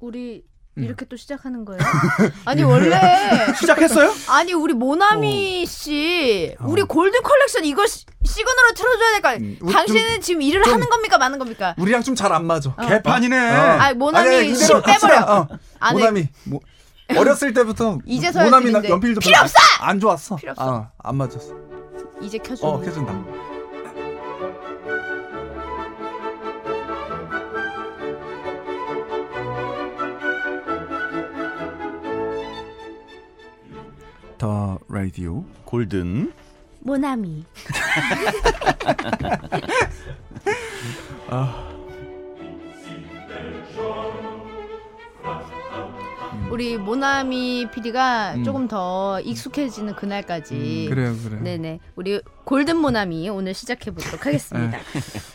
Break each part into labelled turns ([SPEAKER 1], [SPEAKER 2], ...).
[SPEAKER 1] 우리
[SPEAKER 2] 음.
[SPEAKER 1] 이렇게 또 시작하는 거예요? 아니 원래
[SPEAKER 2] 시작했어요?
[SPEAKER 1] 아니 우리 모나미 씨 우리 골드 컬렉션 이거 시, 시그널로 틀어줘야 될까?
[SPEAKER 3] 음,
[SPEAKER 1] 요
[SPEAKER 3] 우리
[SPEAKER 1] 당신은 지금 일을 하는 겁니까 마는 겁니까?
[SPEAKER 2] 우리랑 좀 잘 안 맞아.
[SPEAKER 3] 개판이네.
[SPEAKER 1] 어. 아이, 모나미
[SPEAKER 2] 아니, 아니,
[SPEAKER 1] 씨
[SPEAKER 2] 그대로
[SPEAKER 1] 빼버려.
[SPEAKER 2] 갑시다. 어.
[SPEAKER 1] 안 해.
[SPEAKER 2] 모나미. 뭐, 어렸을 때부터
[SPEAKER 1] 이제서야
[SPEAKER 2] 모나미 나-
[SPEAKER 1] 들린대.
[SPEAKER 2] 연필도
[SPEAKER 1] 필요
[SPEAKER 2] 별로
[SPEAKER 1] 없어!
[SPEAKER 2] 안 좋았어.
[SPEAKER 1] 필요 없어.
[SPEAKER 2] 어, 안 맞았어.
[SPEAKER 1] 이제 켜줘.
[SPEAKER 2] 어, 해준다.
[SPEAKER 3] 더 라디오
[SPEAKER 4] 아.
[SPEAKER 3] 골든.
[SPEAKER 1] 모나미. 우리 모나미 PD가 조금 더 익숙해지는 그날까지.
[SPEAKER 2] 음, 그래요, 그래요.
[SPEAKER 1] 예. 네네. 우리 골든 모나미 오늘 시작해 보도록
[SPEAKER 2] 네.
[SPEAKER 1] 하겠습니다.
[SPEAKER 2] 예.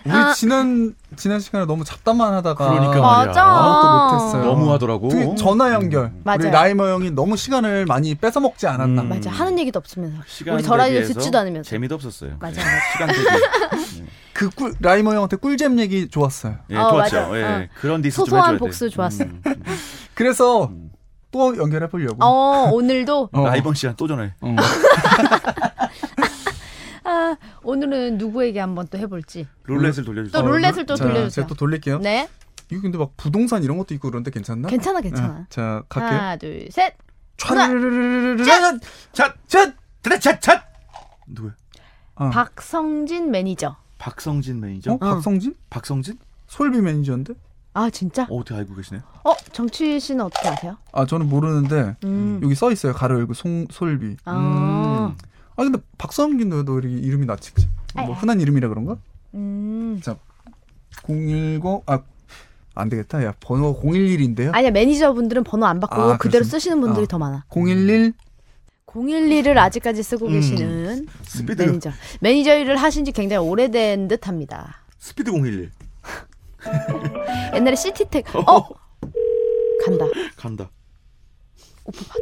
[SPEAKER 2] 우리
[SPEAKER 1] 아.
[SPEAKER 2] 지난 지난 시간에 너무 잡담만 하다가
[SPEAKER 3] 그러니까 말이야.
[SPEAKER 1] 맞아.
[SPEAKER 2] 아무것도 못했어요.
[SPEAKER 3] 너무하더라고.
[SPEAKER 2] 특히 그 전화 연결.
[SPEAKER 1] 맞아요.
[SPEAKER 2] 우리 라이머 형이 너무 시간을 많이 뺏어 먹지 않았나.
[SPEAKER 3] 음.
[SPEAKER 1] 맞아. 하는 얘기도 없으면서.
[SPEAKER 4] 시간
[SPEAKER 1] 우리 저 라디오 듣지도 않으면서.
[SPEAKER 4] 재미도 없었어요.
[SPEAKER 1] 맞아,
[SPEAKER 4] 예, 시간 대비.
[SPEAKER 2] 그 꿀, 라이머 형한테 꿀잼 얘기 좋았어요.
[SPEAKER 4] 예,
[SPEAKER 1] 어,
[SPEAKER 4] 좋았죠.
[SPEAKER 1] 맞아.
[SPEAKER 4] 예,
[SPEAKER 1] 어.
[SPEAKER 4] 그런 디스 좀
[SPEAKER 1] 소소한
[SPEAKER 4] 해줘야 돼.
[SPEAKER 1] 복수 좋았어.
[SPEAKER 4] 음, 음.
[SPEAKER 2] 그래서 또 연결해 보려고.
[SPEAKER 1] 어, 오늘도
[SPEAKER 2] 어.
[SPEAKER 4] 라이번 씨랑 또 전화해.
[SPEAKER 2] 어.
[SPEAKER 1] 아, 오늘은 누구에게 한번 또 해볼지.
[SPEAKER 4] 룰렛을 돌려주세요.
[SPEAKER 1] 또 어, 룰렛을 또
[SPEAKER 2] 자,
[SPEAKER 1] 돌려주세요.
[SPEAKER 2] 제가 또 돌릴게요.
[SPEAKER 1] 네,
[SPEAKER 2] 이거 근데 막 부동산 이런 것도 있고 그런데 괜찮나?
[SPEAKER 1] 괜찮아, 괜찮아.
[SPEAKER 2] 예, 자, 갈게요.
[SPEAKER 1] 하나, 둘, 셋.
[SPEAKER 2] 촤르르르르르르.
[SPEAKER 4] 자,
[SPEAKER 2] 촤!
[SPEAKER 4] 드레 차 차. 누구야?
[SPEAKER 2] 어.
[SPEAKER 1] 박성진 매니저.
[SPEAKER 4] 박성진 매니저.
[SPEAKER 2] 어? 박성진?
[SPEAKER 4] 박성진?
[SPEAKER 2] 솔비 매니저인데?
[SPEAKER 1] 아, 진짜?
[SPEAKER 4] 어, 어떻게 알고 계시네?
[SPEAKER 1] 어, 정치 씨는 어떻게 아세요?
[SPEAKER 2] 아, 저는 모르는데
[SPEAKER 1] 음.
[SPEAKER 2] 여기 써 있어요. 가로 열고 송 솔비.
[SPEAKER 1] 아.
[SPEAKER 2] 아, 근데 박성진 너도 이렇게 이름이 낯익지. 뭐
[SPEAKER 1] 아.
[SPEAKER 2] 흔한 이름이라 그런가?
[SPEAKER 1] 음.
[SPEAKER 2] 010 아, 안 되겠다. 야, 번호 011인데요.
[SPEAKER 1] 아니야, 매니저분들은 번호 안 바꾸고
[SPEAKER 2] 네? 아,
[SPEAKER 1] 그대로
[SPEAKER 2] 그렇습니다.
[SPEAKER 1] 쓰시는 분들이
[SPEAKER 2] 어.
[SPEAKER 1] 더 많아.
[SPEAKER 2] 011
[SPEAKER 1] 011을 아직까지 쓰고 계시는
[SPEAKER 4] 스피드
[SPEAKER 1] 매니저. 매니저 일을 하신 지 굉장히 오래된 듯 합니다.
[SPEAKER 4] 스피드 011.
[SPEAKER 1] 옛날에 시티텍. 어! 간다.
[SPEAKER 4] 간다.
[SPEAKER 1] 오빠 받아.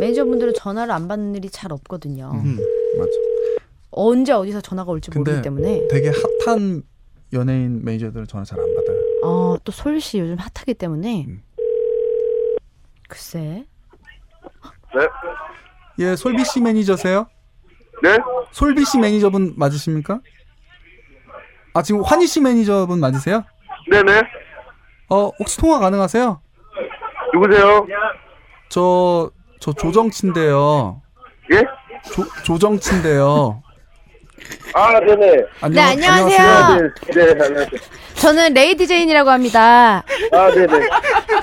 [SPEAKER 1] 매니저분들은 전화를 안 받는 일이 잘 없거든요.
[SPEAKER 4] 음.
[SPEAKER 2] 맞아.
[SPEAKER 1] 언제 어디서 전화가 올지
[SPEAKER 2] 근데
[SPEAKER 1] 모르기 때문에.
[SPEAKER 2] 되게 핫한 연예인 매니저들은 전화 잘 안 받아요.
[SPEAKER 1] 어, 또 솔 씨 요즘 핫하기 때문에. 글쎄.
[SPEAKER 5] 네?
[SPEAKER 2] 예, 솔비 씨 매니저세요?
[SPEAKER 5] 네?
[SPEAKER 2] 솔비 씨 매니저분 맞으십니까? 아, 지금 환희 씨 매니저분 맞으세요?
[SPEAKER 5] 네네?
[SPEAKER 2] 어, 혹시 통화 가능하세요?
[SPEAKER 5] 누구세요?
[SPEAKER 2] 저, 저 조정치인데요.
[SPEAKER 5] 예?
[SPEAKER 2] 조, 조정치인데요.
[SPEAKER 5] 아, 네네.
[SPEAKER 2] 안녕,
[SPEAKER 1] 네, 안녕하세요.
[SPEAKER 5] 네, 네, 안녕하세요.
[SPEAKER 1] 저는 레이디 제인이라고 합니다.
[SPEAKER 5] 아, 네네.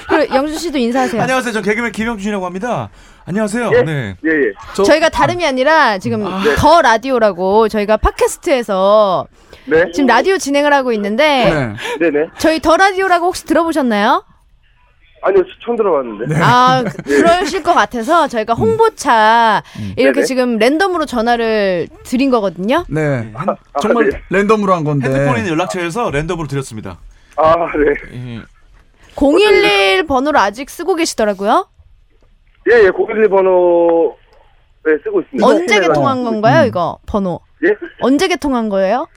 [SPEAKER 1] 그리고 영준 씨도 인사하세요.
[SPEAKER 4] 안녕하세요. 저 개그맨 김영준이라고 합니다. 안녕하세요. 네.
[SPEAKER 5] 예, 예.
[SPEAKER 2] 저-
[SPEAKER 1] 저희가 다름이 아니라 지금 더 라디오라고 저희가 팟캐스트에서
[SPEAKER 5] 네?
[SPEAKER 1] 지금 라디오 진행을 하고 있는데
[SPEAKER 2] 네.
[SPEAKER 5] 네네.
[SPEAKER 1] 저희 더 라디오라고 혹시 들어보셨나요?
[SPEAKER 5] 아니요, 처음 들어봤는데.
[SPEAKER 1] 아, 그- 그러실 것 같아서 저희가
[SPEAKER 2] 음.
[SPEAKER 1] 홍보차 이렇게
[SPEAKER 5] 네네.
[SPEAKER 1] 지금 랜덤으로 전화를 드린 거거든요.
[SPEAKER 2] 네.
[SPEAKER 4] 핸-
[SPEAKER 2] 정말
[SPEAKER 5] 아, 네.
[SPEAKER 2] 랜덤으로 한 건데.
[SPEAKER 4] 핸드폰에 있는 연락처에서 랜덤으로 드렸습니다.
[SPEAKER 5] 아,
[SPEAKER 1] 어.
[SPEAKER 5] 네.
[SPEAKER 4] 예.
[SPEAKER 1] 011 번호를 아직 쓰고 계시더라고요.
[SPEAKER 5] 예, 예, 고객님 번호, 네, 쓰고 있습니다.
[SPEAKER 1] 언제 개통한
[SPEAKER 2] 음.
[SPEAKER 1] 건가요, 이거 번호?
[SPEAKER 5] 예?
[SPEAKER 1] 언제 개통한 거예요?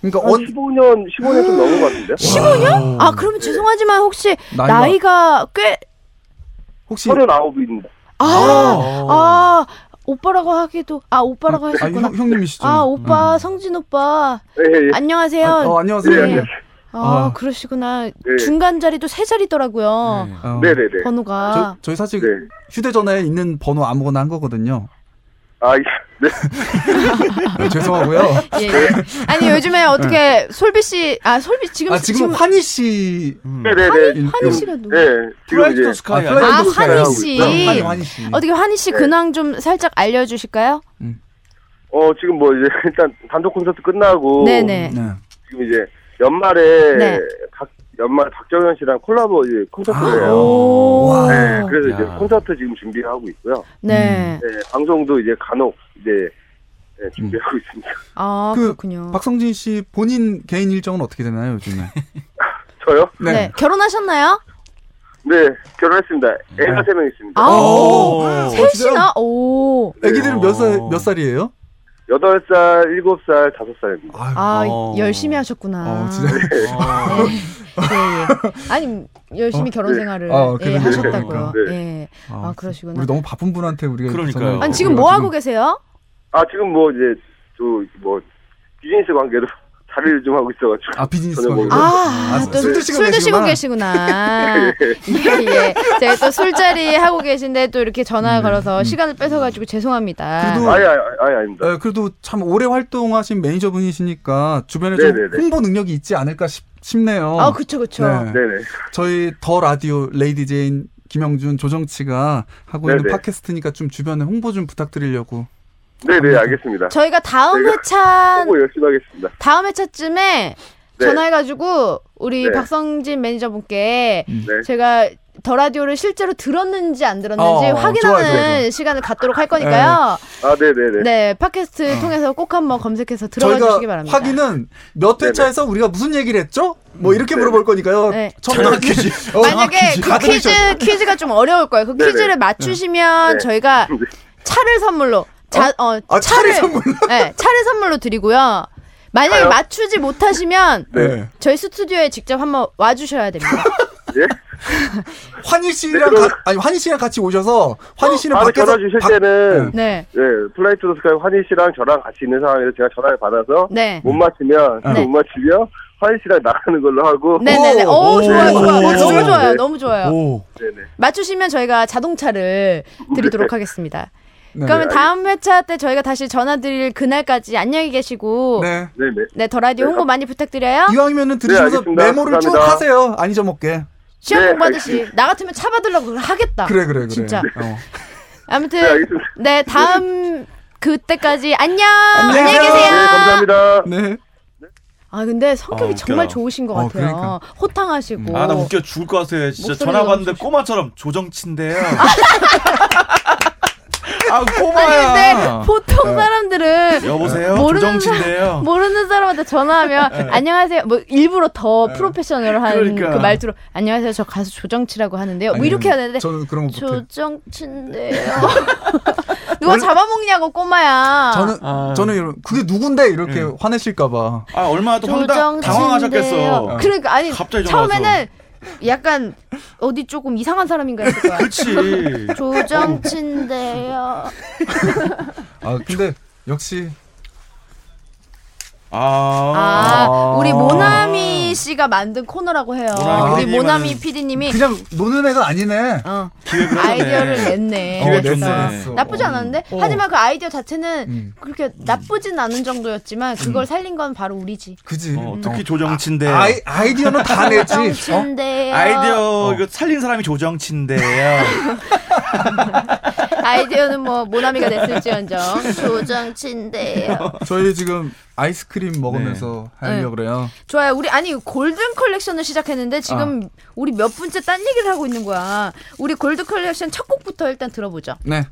[SPEAKER 2] 그러니까
[SPEAKER 5] 한
[SPEAKER 2] 언,
[SPEAKER 5] 어, 15년, 15년 좀 넘은 것 같은데요?
[SPEAKER 1] 15년? 아, 그러면 죄송하지만 혹시
[SPEAKER 2] 나이가-
[SPEAKER 1] 나이가 꽤
[SPEAKER 2] 혹시
[SPEAKER 5] 39입니다.
[SPEAKER 1] 아, 아, 오빠라고 하기도 아 오빠라고
[SPEAKER 2] 아, 형,
[SPEAKER 1] 하셨구나.
[SPEAKER 2] 형님이시죠?
[SPEAKER 1] 아 오빠 성진 오빠
[SPEAKER 5] 예, 예.
[SPEAKER 1] 안녕하세요.
[SPEAKER 2] 아, 어, 안녕하세요.
[SPEAKER 1] 네. 아,
[SPEAKER 2] 아.
[SPEAKER 1] 그러시구나. 중간 자리도 세 자리더라고요.
[SPEAKER 2] 어,
[SPEAKER 5] 네네네.
[SPEAKER 1] 번호가
[SPEAKER 2] 저, 저희 사실
[SPEAKER 5] 네.
[SPEAKER 2] 휴대전화에 있는 번호 아무거나 한 거거든요.
[SPEAKER 5] 아, 예. 네.
[SPEAKER 2] 네, 죄송하고요.
[SPEAKER 1] 예, 예.
[SPEAKER 2] 네.
[SPEAKER 1] 아니 요즘에 어떻게 솔비 씨, 아 솔비 지금
[SPEAKER 2] 아, 지금 환희 씨.
[SPEAKER 4] 음.
[SPEAKER 5] 네네네.
[SPEAKER 1] 환희 씨가 누구?
[SPEAKER 5] 예, 지금
[SPEAKER 4] 플라이트
[SPEAKER 5] 이제.
[SPEAKER 4] 더 스카이.
[SPEAKER 2] 아, 플라이-
[SPEAKER 1] 아
[SPEAKER 2] 아이돌
[SPEAKER 1] 환희
[SPEAKER 5] 스타일하고
[SPEAKER 1] 씨,
[SPEAKER 5] 있죠.
[SPEAKER 2] 환희, 환희 씨.
[SPEAKER 1] 어떻게 환희 씨
[SPEAKER 2] 네.
[SPEAKER 1] 근황 좀 살짝 알려주실까요?
[SPEAKER 5] 어, 지금 뭐 이제 일단 단독 콘서트 끝나고.
[SPEAKER 1] 네네.
[SPEAKER 2] 네.
[SPEAKER 5] 지금 이제 연말에.
[SPEAKER 1] 네.
[SPEAKER 5] 박, 연말 박정현 씨랑 콜라보 이제 콘서트를 해요.
[SPEAKER 1] 아, 오,
[SPEAKER 2] 와.
[SPEAKER 5] 네, 그래서 이제
[SPEAKER 4] 야.
[SPEAKER 5] 콘서트 지금 준비하고 있고요.
[SPEAKER 2] 음.
[SPEAKER 1] 네.
[SPEAKER 5] 네, 방송도 이제 간혹 이제 네, 준비하고 있습니다.
[SPEAKER 1] 아
[SPEAKER 2] 그
[SPEAKER 1] 그렇군요.
[SPEAKER 2] 박성진 씨 본인 개인 일정은 어떻게 되나요 요즘에?
[SPEAKER 5] 저요?
[SPEAKER 1] 네. 결혼하셨나요?
[SPEAKER 5] 네, 결혼했습니다. 애가 세 명 있습니다.
[SPEAKER 1] 아,
[SPEAKER 2] 오.
[SPEAKER 1] 셋이나? 오.
[SPEAKER 2] 아기들은 몇 살 몇
[SPEAKER 4] 어.
[SPEAKER 2] 살이에요?
[SPEAKER 5] 여덟 살 일곱 살 다섯 살입니다
[SPEAKER 2] 아유,
[SPEAKER 1] 아
[SPEAKER 4] 어.
[SPEAKER 1] 열심히 하셨구나. 네,
[SPEAKER 2] 어, 진짜.
[SPEAKER 4] 어.
[SPEAKER 1] 예, 예. 아니 열심히
[SPEAKER 2] 어?
[SPEAKER 1] 결혼 생활을
[SPEAKER 2] 아,
[SPEAKER 1] 예,
[SPEAKER 2] 그러니까.
[SPEAKER 1] 하셨다고요.
[SPEAKER 5] 네.
[SPEAKER 1] 예.
[SPEAKER 2] 아,
[SPEAKER 1] 아 그러시구나.
[SPEAKER 2] 우리 너무 바쁜 분한테 우리가
[SPEAKER 4] 그러니까요.
[SPEAKER 2] 전화를
[SPEAKER 1] 아니 지금 뭐 하고
[SPEAKER 2] 그래가지고.
[SPEAKER 1] 계세요?
[SPEAKER 5] 아 지금 뭐 이제 또 뭐 비즈니스 관계로 자리를 좀 하고 있어가지고
[SPEAKER 2] 아 비즈니스
[SPEAKER 5] 저는
[SPEAKER 2] 관계.
[SPEAKER 5] 뭐-
[SPEAKER 1] 아,
[SPEAKER 2] 아,
[SPEAKER 1] 또
[SPEAKER 2] 술
[SPEAKER 1] 술
[SPEAKER 2] 드시고
[SPEAKER 1] 드시고,
[SPEAKER 2] 계시구나.
[SPEAKER 1] 계시구나. 예, 예. 제가 또 술자리 하고 계신데 또 이렇게 전화 걸어서 시간을 뺏어가지고 죄송합니다.
[SPEAKER 2] 음, 네. 그래도-
[SPEAKER 5] 아예 아예 아예 아닙니다.
[SPEAKER 2] 예, 그래도 참 오래 활동하신 매니저분이시니까 주변에
[SPEAKER 5] 네네네.
[SPEAKER 2] 좀 홍보 능력이 있지 않을까 싶, 네요
[SPEAKER 1] 아, 그쵸, 그쵸.
[SPEAKER 2] 네.
[SPEAKER 5] 네네.
[SPEAKER 2] 저희 더 라디오 레이디 제인 김영준 조정치가 하고 있는
[SPEAKER 5] 네네.
[SPEAKER 2] 팟캐스트니까 좀 주변에 홍보 좀 부탁드리려고.
[SPEAKER 5] 네네 알겠습니다.
[SPEAKER 1] 저희가 다음
[SPEAKER 5] 내가-
[SPEAKER 1] 회차,
[SPEAKER 5] 홍보 열심히 하겠습니다.
[SPEAKER 1] 다음 회차쯤에
[SPEAKER 5] 네.
[SPEAKER 1] 전화해가지고 우리
[SPEAKER 5] 네.
[SPEAKER 1] 박성진 매니저분께
[SPEAKER 2] 음.
[SPEAKER 5] 네.
[SPEAKER 1] 제가 더 라디오를 실제로 들었는지 안 들었는지
[SPEAKER 2] 어,
[SPEAKER 1] 확인하는
[SPEAKER 2] 좋아요, 좋아요, 좋아요.
[SPEAKER 1] 시간을 갖도록 할 거니까요.
[SPEAKER 5] 아 네네네.
[SPEAKER 1] 네, 팟캐스트 통해서 꼭 한번 검색해서 들어봐
[SPEAKER 2] 저희가
[SPEAKER 1] 주시기 바랍니다.
[SPEAKER 2] 확인은 몇
[SPEAKER 5] 네네. 음,
[SPEAKER 2] 회차에서 우리가 무슨 얘기를 했죠? 뭐 이렇게 물어볼 거니까요.
[SPEAKER 1] 네.
[SPEAKER 2] 첨단 퀴즈. 어,
[SPEAKER 1] 만약에 그
[SPEAKER 2] 다들
[SPEAKER 1] 퀴즈 퀴즈가 좀 어려울 거예요. 그
[SPEAKER 5] 네네.
[SPEAKER 1] 퀴즈를 맞추시면
[SPEAKER 5] 네.
[SPEAKER 1] 저희가 차를 선물로 자, 어,
[SPEAKER 2] 아, 차를 선물로?
[SPEAKER 1] 네, 차를 선물로 드리고요. 만약에
[SPEAKER 5] 차요?
[SPEAKER 1] 맞추지 못하시면
[SPEAKER 2] 네.
[SPEAKER 1] 저희 스튜디오에 직접 한번 와주셔야 됩니다.
[SPEAKER 5] 예?
[SPEAKER 2] 환희 씨랑
[SPEAKER 5] 네,
[SPEAKER 2] 가, 아니 환희 씨랑 같이 오셔서 환희 씨는
[SPEAKER 5] 다음에
[SPEAKER 2] 밖에서
[SPEAKER 5] 전화 주실
[SPEAKER 2] 밖-
[SPEAKER 5] 때는
[SPEAKER 1] 네,
[SPEAKER 5] 네 플라이 투더 스카이 환희 씨랑 저랑 같이 있는 상황에서 제가 전화를 받아서
[SPEAKER 1] 네,
[SPEAKER 5] 못 맞히면
[SPEAKER 1] 네.
[SPEAKER 5] 못 맞히면 환희 씨랑 나가는 걸로 하고
[SPEAKER 1] 네, 네, 네.
[SPEAKER 2] 오,
[SPEAKER 1] 오,
[SPEAKER 2] 오,
[SPEAKER 1] 좋아요,
[SPEAKER 2] 오,
[SPEAKER 1] 좋아요.
[SPEAKER 2] 오,
[SPEAKER 1] 너무
[SPEAKER 2] 오.
[SPEAKER 1] 좋아요,
[SPEAKER 5] 네.
[SPEAKER 1] 너무 좋아요.
[SPEAKER 4] 오.
[SPEAKER 5] 네네.
[SPEAKER 1] 맞추시면 저희가 자동차를
[SPEAKER 5] 네.
[SPEAKER 1] 드리도록 하겠습니다.
[SPEAKER 2] 네.
[SPEAKER 1] 그러면 다음 회차 때 저희가 다시 전화드릴 그날까지 안녕히 계시고 네,
[SPEAKER 2] 네.
[SPEAKER 5] 네네.
[SPEAKER 1] 더 라디오
[SPEAKER 5] 네.
[SPEAKER 1] 홍보 많이 부탁드려요.
[SPEAKER 2] 이왕이면은 들으시면서
[SPEAKER 5] 알겠습니다.
[SPEAKER 2] 메모를 쭉
[SPEAKER 5] 감사합니다.
[SPEAKER 2] 하세요. 안 잊어먹게.
[SPEAKER 1] 시험
[SPEAKER 5] 네,
[SPEAKER 1] 공부하듯이 나 같으면 차 받으려고 하겠다.
[SPEAKER 2] 그래 그래 그래.
[SPEAKER 1] 아, 진짜.
[SPEAKER 2] 어.
[SPEAKER 5] 네
[SPEAKER 1] 아무튼
[SPEAKER 5] 알겠습니다.
[SPEAKER 1] 네 다음 그때까지 안녕.
[SPEAKER 2] 안녕히
[SPEAKER 1] 안녕히
[SPEAKER 2] 계세요.
[SPEAKER 5] 네
[SPEAKER 1] 계세요.
[SPEAKER 5] 감사합니다.
[SPEAKER 1] 뭐
[SPEAKER 2] 네.
[SPEAKER 1] 아 근데 성격이
[SPEAKER 4] 어,
[SPEAKER 1] 정말
[SPEAKER 4] 웃겨요.
[SPEAKER 1] 좋으신 것
[SPEAKER 2] 어,
[SPEAKER 1] 같아요.
[SPEAKER 2] 그러니까.
[SPEAKER 1] 호탕하시고.
[SPEAKER 4] 아 나 웃겨 죽을 것 같아. 진짜
[SPEAKER 1] 목소리도
[SPEAKER 4] 전화 받는데
[SPEAKER 1] 너무
[SPEAKER 4] 꼬마처럼 조정친데요. 아
[SPEAKER 1] 근데
[SPEAKER 4] 꼬마야.
[SPEAKER 1] 보통 사람들은
[SPEAKER 4] 아. 여보세요.
[SPEAKER 1] 모르는
[SPEAKER 4] 조정친데요.
[SPEAKER 1] 모르는 사람한테 전화하면 안녕하세요. 뭐 일부러 더 프로페셔널한 그
[SPEAKER 4] 그러니까.
[SPEAKER 1] 말투로 안녕하세요. 저 가수 조정치라고 하는데요. 뭐
[SPEAKER 2] 아니,
[SPEAKER 1] 이렇게 해야 되는데
[SPEAKER 2] 저는 그런 거 못해. 요
[SPEAKER 1] 조정치인데요. 누가 잡아먹냐고 꼬마야.
[SPEAKER 2] 저는
[SPEAKER 4] 아.
[SPEAKER 2] 저는 이런 그게 누군데 이렇게
[SPEAKER 4] 네.
[SPEAKER 2] 화내실까봐.
[SPEAKER 4] 아 얼마나 또 황당,
[SPEAKER 1] 조정치인데요.
[SPEAKER 4] 당황하셨겠어.
[SPEAKER 1] 그러니까 아니
[SPEAKER 4] 갑자기 전화
[SPEAKER 1] 처음에는 약간 어디 조금 이상한 사람인가 했을 거야.
[SPEAKER 4] 그렇지. 어.
[SPEAKER 1] 조정치인데요.
[SPEAKER 2] 아 근데 역시
[SPEAKER 4] 아.
[SPEAKER 1] 아, 우리 모나미 씨가 만든 코너라고 해요.
[SPEAKER 4] 모나미
[SPEAKER 1] 우리
[SPEAKER 4] PD님은
[SPEAKER 1] 모나미 PD님이
[SPEAKER 2] 그냥 노는 애가 아니네.
[SPEAKER 1] 어,
[SPEAKER 4] 기획을 하네.
[SPEAKER 1] 아이디어를 냈네.
[SPEAKER 4] 기획
[SPEAKER 1] 그래서
[SPEAKER 4] 좋네.
[SPEAKER 1] 나쁘지 않았는데
[SPEAKER 2] 어.
[SPEAKER 1] 하지만 그 아이디어 자체는
[SPEAKER 2] 음.
[SPEAKER 1] 그렇게 나쁘진 않은 정도였지만
[SPEAKER 4] 음.
[SPEAKER 1] 그걸 살린 건 바로 우리지.
[SPEAKER 2] 그지.
[SPEAKER 4] 어, 특히 조정친데요.
[SPEAKER 2] 아, 이 아이디어는 다 내지. 어?
[SPEAKER 1] 정치인데요.
[SPEAKER 4] 아이디어 이거 살린 사람이 조정친데요.
[SPEAKER 1] 아이디어는 뭐 모나미가 냈을지언정 조정치인데요.
[SPEAKER 2] 어? 저희 지금 아이스크림 먹으면서
[SPEAKER 4] 네.
[SPEAKER 2] 하려고
[SPEAKER 1] 네.
[SPEAKER 2] 그래요.
[SPEAKER 1] 좋아요. 우리 아니 골든 컬렉션을 시작했는데 지금
[SPEAKER 2] 어.
[SPEAKER 1] 우리 몇 분째 딴 얘기를 하고 있는 거야. 우리 골든 컬렉션 첫 곡부터 일단 들어보죠.
[SPEAKER 2] 네.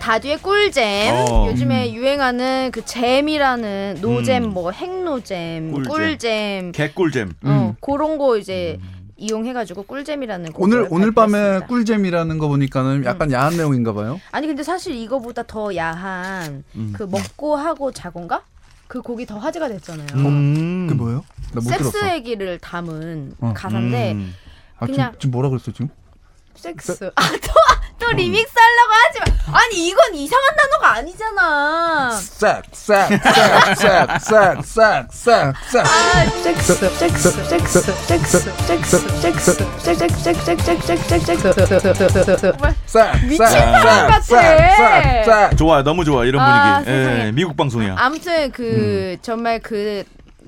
[SPEAKER 1] 다듀의 꿀잼
[SPEAKER 4] 어.
[SPEAKER 2] 음.
[SPEAKER 1] 요즘에 유행하는 그 잼이라는 노잼
[SPEAKER 4] 음.
[SPEAKER 1] 뭐 핵노잼 꿀잼,
[SPEAKER 4] 꿀잼. 개꿀잼.
[SPEAKER 2] 음.
[SPEAKER 1] 어, 그런 거 이제 이용해가지고 꿀잼이라는
[SPEAKER 2] 오늘
[SPEAKER 1] 곡을
[SPEAKER 2] 오늘 밤에
[SPEAKER 1] 발표했습니다. 음.
[SPEAKER 2] 꿀잼이라는 거 보니까는 약간 야한 내용인가 봐요.
[SPEAKER 1] 아니 근데 사실 이거보다 더 야한
[SPEAKER 2] 음.
[SPEAKER 1] 그 먹고 하고 자곤가 그 곡이 더 화제가 됐잖아요.
[SPEAKER 4] 음.
[SPEAKER 2] 그게 뭐예요? 나 못
[SPEAKER 1] 섹스
[SPEAKER 2] 들었어.
[SPEAKER 1] 얘기를 담은
[SPEAKER 2] 어.
[SPEAKER 1] 가사인데
[SPEAKER 4] 음.
[SPEAKER 2] 아, 지금-
[SPEAKER 1] 그냥-
[SPEAKER 2] 지금, 뭐라 그랬어 지금?
[SPEAKER 4] 그
[SPEAKER 1] 섹스 아 또 또 리믹스 하려고 하지 마. 아니 이건 이상한 단어가 아니잖아.
[SPEAKER 2] 싹싹싹싹싹싹싹싹
[SPEAKER 1] 섹스 섹스 섹스 섹스 섹스 섹스 섹스 미친 사람 같아.
[SPEAKER 2] 싹싹싹싹싹싹
[SPEAKER 4] 좋아요. 너무 좋아. 이런
[SPEAKER 1] 아,
[SPEAKER 4] 분위기.
[SPEAKER 1] 세상에.
[SPEAKER 4] 예, 미국 방송이야.
[SPEAKER 1] 아무튼 그
[SPEAKER 4] 음.
[SPEAKER 1] 정말 그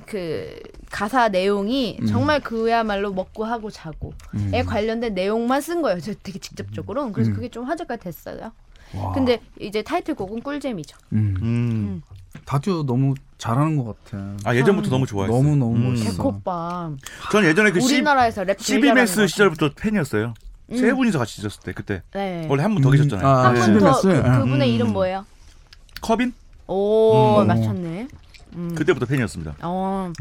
[SPEAKER 1] 그 가사 내용이
[SPEAKER 4] 음.
[SPEAKER 1] 정말 그야말로 먹고 하고 자고에 관련된 내용만 쓴 거예요. 저 되게
[SPEAKER 4] 음.
[SPEAKER 1] 직접적으로. 그래서 그게 좀 화제가 됐어요.
[SPEAKER 4] 아.
[SPEAKER 1] 근데 이제 타이틀곡은 꿀잼이죠.
[SPEAKER 4] 음.
[SPEAKER 2] 다듀 너무 잘하는 것 같아.
[SPEAKER 4] 아 예전부터 너무 좋아했어요.
[SPEAKER 2] 너무 너무
[SPEAKER 4] 음.
[SPEAKER 2] 멋있어.
[SPEAKER 1] 개코빠
[SPEAKER 4] 전 예전에 그 시,
[SPEAKER 1] 우리나라에서 랩 제일 잘하는 것 같아요.
[SPEAKER 4] CBMS 시절부터 팬이었어요. 세 분이서 같이 있었을 때 그때
[SPEAKER 1] 네.
[SPEAKER 4] 원래 한 분 더
[SPEAKER 2] 음.
[SPEAKER 4] 계셨잖아요.
[SPEAKER 2] 아,
[SPEAKER 1] 한
[SPEAKER 4] 네.
[SPEAKER 1] 분 더
[SPEAKER 2] CBMS. 예.
[SPEAKER 1] 그, 그분의
[SPEAKER 4] 음.
[SPEAKER 1] 이름 뭐예요?
[SPEAKER 4] 커빈
[SPEAKER 1] 오
[SPEAKER 2] 음.
[SPEAKER 1] 맞췄네. 음.
[SPEAKER 4] 그 그때부터 팬이었습니다.
[SPEAKER 1] 어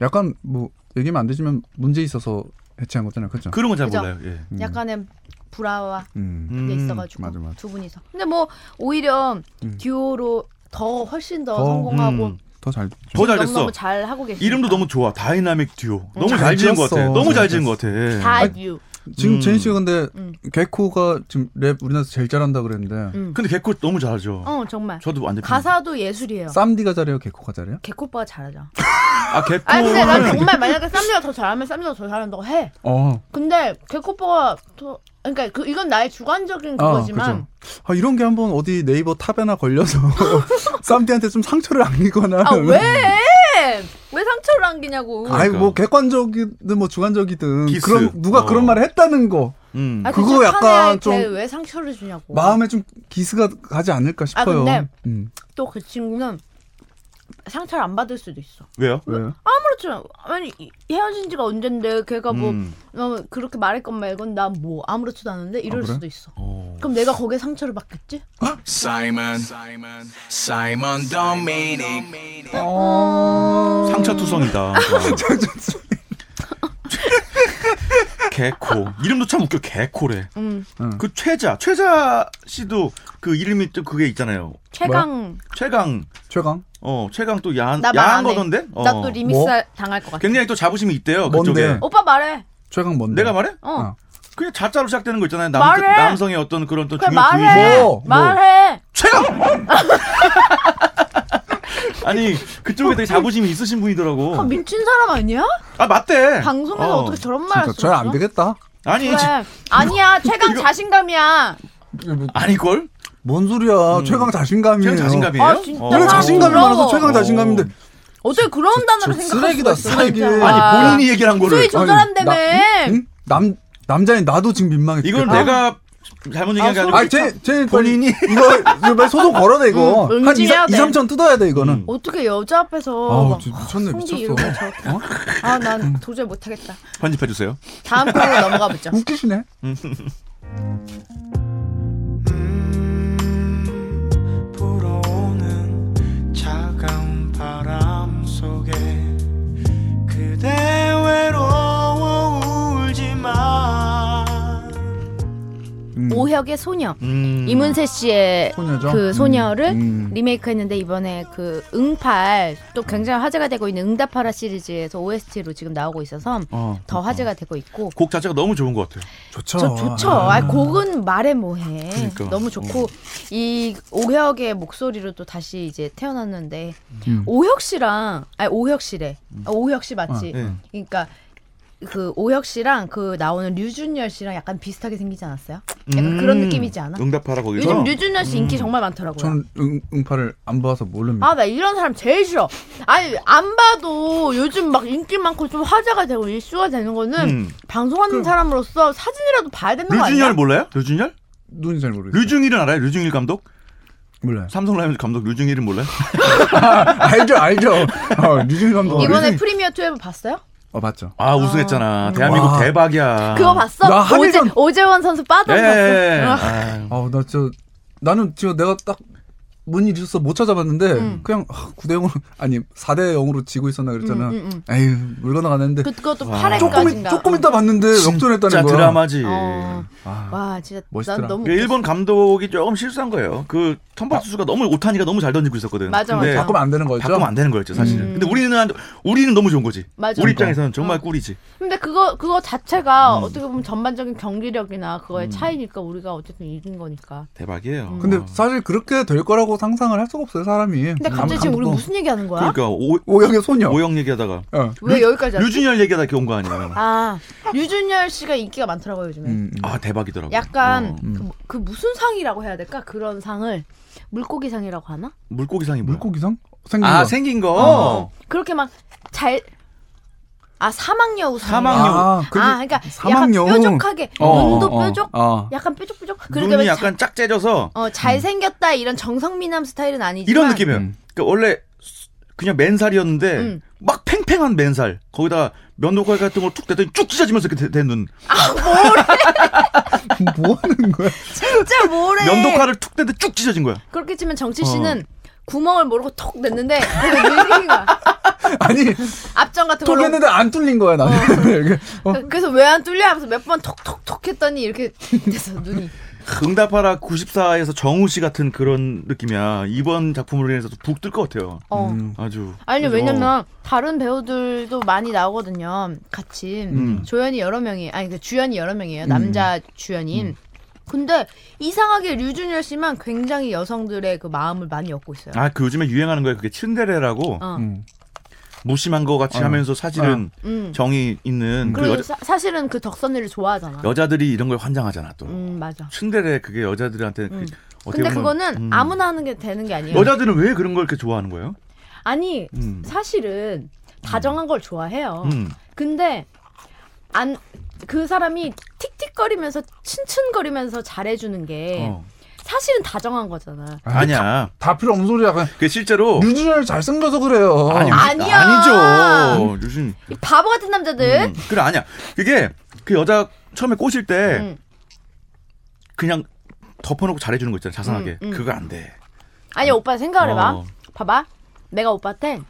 [SPEAKER 2] 약간 뭐 얘기하면 안 되지만 문제 있어서 해체한 거잖아요. 그죠?
[SPEAKER 4] 그런 건 잘
[SPEAKER 1] 그죠?
[SPEAKER 4] 몰라요. 예.
[SPEAKER 2] 음.
[SPEAKER 1] 약간의 불화와
[SPEAKER 2] 음.
[SPEAKER 1] 게
[SPEAKER 4] 음,
[SPEAKER 1] 있어가지고
[SPEAKER 2] 맞아, 맞아.
[SPEAKER 1] 두 분이서. 근데 뭐 오히려
[SPEAKER 2] 음.
[SPEAKER 1] 듀오로 더 훨씬 더,
[SPEAKER 2] 더,
[SPEAKER 1] 성공하고
[SPEAKER 4] 음.
[SPEAKER 2] 더잘
[SPEAKER 4] 더 잘 됐어.
[SPEAKER 1] 너무너무 잘 하고 계시
[SPEAKER 4] 이름도 너무 좋아. 다이나믹
[SPEAKER 1] 음.
[SPEAKER 4] 듀오. 너무
[SPEAKER 2] 잘
[SPEAKER 4] 잘 지은 것 같아.
[SPEAKER 2] 지었어.
[SPEAKER 4] 너무
[SPEAKER 2] 잘
[SPEAKER 4] 잘 지은 것 같아.
[SPEAKER 1] 다듀.
[SPEAKER 2] 지금
[SPEAKER 4] 음.
[SPEAKER 2] 제니 씨가 근데
[SPEAKER 1] 음.
[SPEAKER 2] 개코가 지금 랩 우리나라에서 제일 잘한다 그랬는데
[SPEAKER 4] 예. 근데 개코 너무 잘하죠.
[SPEAKER 1] 어 정말.
[SPEAKER 4] 저도 완전
[SPEAKER 1] 가사도 예술이에요.
[SPEAKER 2] 쌈디가 잘해요, 개코가 잘해요?
[SPEAKER 1] 개코빠가 잘하죠.
[SPEAKER 4] 아 개코.
[SPEAKER 1] 아니 근데 난 정말 만약에 쌈디가 더 잘하면 쌈디가 더 잘한다고 해.
[SPEAKER 2] 어,
[SPEAKER 1] 근데 개코빠가 더 그러니까 그, 이건 나의 주관적인 그거지만
[SPEAKER 2] 아, 그죠. 아, 이런 게 한번 어디 네이버 탑에나 걸려서 쌈디한테 좀 상처를 안기거나.
[SPEAKER 1] 아 왜? 왜 상처를 안기냐고.
[SPEAKER 2] 아이 뭐 객관적이든 뭐 주관적이든
[SPEAKER 4] 기스.
[SPEAKER 2] 그런 누가
[SPEAKER 4] 어.
[SPEAKER 2] 그런 말을 했다는 거
[SPEAKER 4] 음.
[SPEAKER 1] 아,
[SPEAKER 2] 그거 약간 좀-
[SPEAKER 1] 걔왜 상처를 주냐고.
[SPEAKER 2] 어. 마음에 좀 기스가 가지 않을까 싶어요.
[SPEAKER 1] 아, 근데-
[SPEAKER 2] 음.
[SPEAKER 1] 또 그 친구는 상처를 안 받을 수도 있어.
[SPEAKER 4] 왜요?
[SPEAKER 2] 왜요?
[SPEAKER 1] 그렇죠. 아니 이- 헤어진 지가 언젠데 걔가 뭐
[SPEAKER 4] 음.
[SPEAKER 1] 어, 그렇게 말했건 말건 난 뭐 아무렇지도 않은데 이럴
[SPEAKER 2] 아, 그래?
[SPEAKER 1] 수도 있어.
[SPEAKER 4] 어.
[SPEAKER 1] 그럼 내가 거기에 상처를 받겠지?
[SPEAKER 6] Simon, Simon, Simon Dominic.
[SPEAKER 1] 어.
[SPEAKER 4] 어. 상처투성이다. 개코. 이름도 참 웃겨. 개코래.
[SPEAKER 1] 음.
[SPEAKER 2] 음.
[SPEAKER 4] 그 최자, 최자 씨도 그 이름이 또 그게 있잖아요.
[SPEAKER 1] 최강
[SPEAKER 4] 최강.
[SPEAKER 2] 최강?
[SPEAKER 4] 어, 최강 또 야한
[SPEAKER 1] 나 말
[SPEAKER 4] 야한
[SPEAKER 1] 안 해.
[SPEAKER 4] 거던데? 어. 그
[SPEAKER 1] 나 또 리믹스
[SPEAKER 2] 뭐?
[SPEAKER 1] 당할 것 같아.
[SPEAKER 4] 굉장히 또 자부심이 있대요.
[SPEAKER 2] 뭔데?
[SPEAKER 4] 그쪽에.
[SPEAKER 1] 오빠 말해.
[SPEAKER 2] 최강 뭔데?
[SPEAKER 4] 내가 말해?
[SPEAKER 1] 어.
[SPEAKER 2] 어.
[SPEAKER 4] 그냥 자자로 시작되는 거 있잖아요. 남,
[SPEAKER 1] 말해!
[SPEAKER 4] 남성의 어떤 그런 또
[SPEAKER 1] 그래
[SPEAKER 4] 중요
[SPEAKER 1] 말해.
[SPEAKER 2] 뭐?
[SPEAKER 1] 말해.
[SPEAKER 4] 최강! 아니, 그쪽에 되게 자부심이 있으신
[SPEAKER 1] 아,
[SPEAKER 4] 분이더라고.
[SPEAKER 1] 미친 사람 아니야?
[SPEAKER 4] 아, 맞대.
[SPEAKER 1] 방송에서
[SPEAKER 4] 어.
[SPEAKER 1] 어. 떻게 저런 말할
[SPEAKER 2] 진짜
[SPEAKER 1] 수 있어?
[SPEAKER 2] 잘안 되겠다.
[SPEAKER 4] 아니,
[SPEAKER 1] 그래.
[SPEAKER 4] 지-
[SPEAKER 1] 아니야. 최강 자신감이야.
[SPEAKER 4] 아니걸?
[SPEAKER 2] 뭔 소리야? 최강 자신감이에요.
[SPEAKER 4] 음. 최강 자신감이에요?
[SPEAKER 1] 아, 진짜?
[SPEAKER 4] 어.
[SPEAKER 2] 내가 자신감이
[SPEAKER 1] 부러워.
[SPEAKER 2] 많아서 최강 자신감인데
[SPEAKER 1] 어떻게 그런 단어를
[SPEAKER 2] 저
[SPEAKER 1] 생각할
[SPEAKER 2] 쓰레기다,
[SPEAKER 1] 수가 있어?
[SPEAKER 2] 쓰레기.
[SPEAKER 1] 진짜.
[SPEAKER 4] 아니, 본인이 얘기를 한 거를.
[SPEAKER 1] 목소리 저 사람다며.
[SPEAKER 2] 나- 응? 응? 남 남자인 나도 지금 민망해.
[SPEAKER 1] 아.
[SPEAKER 4] 이건
[SPEAKER 2] 죽겠다.
[SPEAKER 4] 내가 잘못 얘기한 게 아니고.
[SPEAKER 2] 아니 제제 그 본인이 이거 이거 빨리 소송 걸어내 이거
[SPEAKER 1] 응,
[SPEAKER 2] 한 2,
[SPEAKER 1] 응징해야
[SPEAKER 2] 3,
[SPEAKER 1] 돼.
[SPEAKER 2] 3천 뜯어야 돼 이거는.
[SPEAKER 4] 음.
[SPEAKER 1] 어떻게 여자 앞에서
[SPEAKER 2] 아우,
[SPEAKER 1] 막
[SPEAKER 2] 진짜 미쳤네,
[SPEAKER 1] 성기
[SPEAKER 2] 미쳤어.
[SPEAKER 1] 이러고 저렇게
[SPEAKER 2] 어?
[SPEAKER 1] 아 난 도저히 못하겠다
[SPEAKER 4] 편집해 주세요.
[SPEAKER 1] 다음 코너로 넘어가 보죠
[SPEAKER 2] 웃기시네.
[SPEAKER 6] 음, 불어오는 차가운 바람 속에 그대 외로워 울지마
[SPEAKER 1] 오혁의 소녀
[SPEAKER 4] 음.
[SPEAKER 1] 이문세 씨의
[SPEAKER 2] 소녀죠?
[SPEAKER 1] 그
[SPEAKER 2] 음,
[SPEAKER 1] 소녀를
[SPEAKER 2] 음.
[SPEAKER 1] 리메이크했는데 이번에 그 응팔 또 굉장히 화제가 되고 있는 응답하라 시리즈에서 OST로 지금 나오고 있어서
[SPEAKER 4] 어.
[SPEAKER 1] 더 화제가 되고 있고
[SPEAKER 4] 곡 자체가 너무 좋은 것 같아요.
[SPEAKER 2] 좋죠. 음.
[SPEAKER 1] 저 좋죠. 아, 곡은 말해 뭐해.
[SPEAKER 4] 그러니까.
[SPEAKER 1] 너무 좋고 이 오혁의 목소리로 또 다시 이제 태어났는데
[SPEAKER 2] 음.
[SPEAKER 1] 오혁 씨랑 아니 오혁 씨래.
[SPEAKER 4] 음.
[SPEAKER 1] 아, 오혁 씨 맞지?
[SPEAKER 2] 네.
[SPEAKER 4] 예.
[SPEAKER 1] 그러니까 그 오혁 씨랑 그 나오는 류준열 씨랑 약간 비슷하게 생기지 않았어요? 약간
[SPEAKER 4] 음.
[SPEAKER 2] 음.
[SPEAKER 1] 그런 느낌이지 않아?
[SPEAKER 4] 응답하라 거기서.
[SPEAKER 1] 요즘 류준열 씨
[SPEAKER 4] 음.
[SPEAKER 1] 인기 정말 많더라고요.
[SPEAKER 2] 저는 응, 응파를 안 봐서 모릅니다.
[SPEAKER 1] 아, 나 이런 사람 제일 싫어. 아니, 안 봐도 요즘 막 인기 많고 좀 화제가 되고 이슈가 되는 거는
[SPEAKER 4] 음.
[SPEAKER 1] 방송하는 사람으로서 사진이라도 봐야 되는 거 아니야?
[SPEAKER 4] 류준열 몰라요? 류준열?
[SPEAKER 2] 눈이 잘 모르겠어요.
[SPEAKER 4] 류중일은 알아요? 류중일 감독?
[SPEAKER 2] 몰라요.
[SPEAKER 4] 삼성 라이온즈 감독 류중일은 몰라요?
[SPEAKER 2] 알죠, 알죠. 어, 류진 감독.
[SPEAKER 1] 이번에
[SPEAKER 2] 류진-
[SPEAKER 1] 프리미어 12 봤어요?
[SPEAKER 2] 어 맞죠.
[SPEAKER 4] 아 우승했잖아. 대한민국
[SPEAKER 2] 와.
[SPEAKER 4] 대박이야.
[SPEAKER 1] 그거 봤어?
[SPEAKER 2] 나 한일전-
[SPEAKER 1] 오재, 오재원 선수
[SPEAKER 4] 예.
[SPEAKER 1] 빠던
[SPEAKER 4] 예.
[SPEAKER 1] 봤어.
[SPEAKER 4] 아.
[SPEAKER 2] 아나 저 나는 지금 내가 딱 문이 있어서 못 찾아봤는데 그냥 9대 0으로 아니 4대 0으로 지고 있었나 그랬잖아. 에휴 물 건너갔는데
[SPEAKER 1] 그- 그것도
[SPEAKER 4] 와.
[SPEAKER 1] 8회까지인가.
[SPEAKER 2] 조금 이- 조금 있다 봤는데
[SPEAKER 4] 진짜
[SPEAKER 2] 예, 역전했다는 거야.
[SPEAKER 4] 드라마지.
[SPEAKER 1] 어.
[SPEAKER 2] 아.
[SPEAKER 1] 와, 진짜
[SPEAKER 2] 멋있더라.
[SPEAKER 1] 난 너무
[SPEAKER 4] 그 일본 감독이 조금 실수한 거예요. 그 텀바투수가 너무 오타니가 너무 잘 던지고 있었거든.
[SPEAKER 1] 맞아,
[SPEAKER 4] 근데
[SPEAKER 1] 맞아. 음.
[SPEAKER 2] 바꾸면 안 되는 거죠.
[SPEAKER 4] 바꾸면 안 되는 거였죠 사실은. 근데 우리는 한- 우리는 너무 좋은 거지.
[SPEAKER 1] 맞아. 어.
[SPEAKER 4] 우리 입장에서는 정말 꿀이지.
[SPEAKER 1] 근데 그거 그거 자체가 어떻게 보면 전반적인 경기력이나 그거의 차이니까 우리가 어쨌든 이긴 거니까.
[SPEAKER 4] 대박이에요.
[SPEAKER 1] 음.
[SPEAKER 2] 근데
[SPEAKER 4] 아.
[SPEAKER 2] 사실 그렇게 될 거라고 상상을 할 수가 없어요 사람이.
[SPEAKER 1] 근데 갑자기 지금 우리 무슨 얘기 하는 거야?
[SPEAKER 4] 그러니까 오,
[SPEAKER 2] 오영의 소녀.
[SPEAKER 4] 오영 얘기하다가
[SPEAKER 2] 어.
[SPEAKER 1] 왜 여기까지 왔지?
[SPEAKER 4] 류준열 얘기하다 이렇게 온거 아니에요.
[SPEAKER 1] 아, 류준열 씨가 인기가 많더라고요, 요즘에.
[SPEAKER 2] 음, 음.
[SPEAKER 4] 아 대박이더라고.
[SPEAKER 1] 약간
[SPEAKER 4] 어.
[SPEAKER 1] 그, 그 무슨 상이라고 해야 될까? 그런 상을 물고기 상이라고 하나?
[SPEAKER 4] 물고기상이 뭐야?
[SPEAKER 2] 물고기상 생긴
[SPEAKER 4] 아
[SPEAKER 2] 거. 어.
[SPEAKER 4] 생긴 거.
[SPEAKER 1] 그렇게 막 잘 아, 사막여우 상.
[SPEAKER 4] 사막여우.
[SPEAKER 2] 아,
[SPEAKER 1] 아,
[SPEAKER 2] 그게
[SPEAKER 1] 그러니까
[SPEAKER 2] 사막여우.
[SPEAKER 1] 약간 뾰족하게
[SPEAKER 2] 어,
[SPEAKER 1] 눈도
[SPEAKER 2] 어, 어,
[SPEAKER 1] 뾰족.
[SPEAKER 2] 어.
[SPEAKER 1] 약간 뾰족뾰족. 그러니까
[SPEAKER 4] 눈이
[SPEAKER 1] 왜
[SPEAKER 4] 약간 짝 째져서
[SPEAKER 1] 자, 어, 잘생겼다 이런 정성미남 스타일은 아니지만
[SPEAKER 4] 이런 느낌이에요.
[SPEAKER 2] 음.
[SPEAKER 4] 그러니까 원래 수- 그냥 맨살이었는데
[SPEAKER 1] 음.
[SPEAKER 4] 막 팽팽한 맨살 거기다가 면도칼 같은 걸 툭 대더니 쭉 찢어지면서 이렇게 되- 되는
[SPEAKER 2] 뭐 하는 거야?
[SPEAKER 1] 진짜 뭐래.
[SPEAKER 4] 면도칼을 툭 대더니 쭉 찢어진 거야.
[SPEAKER 1] 그렇게 치면 정치 씨는 구멍을 모르고 톡 냈는데 그게 느낌이 가.
[SPEAKER 2] 아니
[SPEAKER 7] 앞전 같은 걸로
[SPEAKER 2] 톡했는데 안 뚫린 거야 나는. 이렇게, 어,
[SPEAKER 7] 그- 그래서 왜 안 뚫려 하면서 몇 번 톡톡톡 했더니 이렇게 됐어 눈이
[SPEAKER 4] 응답하라 94에서 정우 씨 같은 그런 느낌이야. 이번 작품으로 인해서 북뜰것 같아요.
[SPEAKER 7] 어
[SPEAKER 2] 음.
[SPEAKER 4] 아주.
[SPEAKER 7] 아니
[SPEAKER 4] 그죠?
[SPEAKER 7] 왜냐면 다른 배우들도 많이 나오거든요 같이
[SPEAKER 4] 음.
[SPEAKER 7] 조연이 여러 명이 아니 그 주연이 여러 명이에요 남자 주연인
[SPEAKER 4] 음.
[SPEAKER 7] 근데 이상하게 류준열 씨만 굉장히 여성들의 그 마음을 많이 얻고 있어요
[SPEAKER 4] 아, 그 요즘에 유행하는 거예요. 그게 츤데레라고
[SPEAKER 7] 어.
[SPEAKER 2] 음.
[SPEAKER 4] 무심한 거
[SPEAKER 2] 어.
[SPEAKER 4] 같이 하면서 사실은
[SPEAKER 1] 어.
[SPEAKER 7] 음.
[SPEAKER 4] 정이 있는 그
[SPEAKER 7] 그리고
[SPEAKER 4] 여자,
[SPEAKER 7] 사, 사실은 그 덕선이를 좋아하잖아
[SPEAKER 4] 여자들이 이런 걸 환장하잖아 또.
[SPEAKER 7] 음 맞아
[SPEAKER 4] 츤데레 그게 여자들한테 그 어떻게
[SPEAKER 7] 음. 근데
[SPEAKER 4] 보면-
[SPEAKER 7] 그거는
[SPEAKER 4] 음.
[SPEAKER 7] 아무나 하는 게 되는 게 아니에요
[SPEAKER 4] 여자들은 왜 그런 걸 이렇게 좋아하는 거예요?
[SPEAKER 7] 아니
[SPEAKER 4] 음.
[SPEAKER 7] 사실은 다정한 걸 좋아해요
[SPEAKER 4] 음.
[SPEAKER 7] 근데 안 그 사람이 틱틱거리면서 친친거리면서 잘해주는 게
[SPEAKER 4] 어.
[SPEAKER 7] 사실은 다정한 거잖아.
[SPEAKER 4] 아니야.
[SPEAKER 2] 다 필요 없는 소리야. 그냥
[SPEAKER 4] 그게 실제로
[SPEAKER 2] 류준열 잘생겨서 그래요.
[SPEAKER 4] 어. 아니, 뭐
[SPEAKER 7] 아니야. 네?
[SPEAKER 4] 아니죠. 요즘
[SPEAKER 7] 이 바보 같은 남자들.
[SPEAKER 4] 음, 그래 아니야. 그게 그 여자 처음에 꼬실 때
[SPEAKER 7] 음.
[SPEAKER 4] 그냥 덮어놓고 잘해주는 거 있잖아 자상하게.
[SPEAKER 7] 음, 음.
[SPEAKER 4] 그거 안 돼.
[SPEAKER 7] 아니 오빠 생각을 해봐.
[SPEAKER 4] 어.
[SPEAKER 7] 봐봐. 내가 오빠한테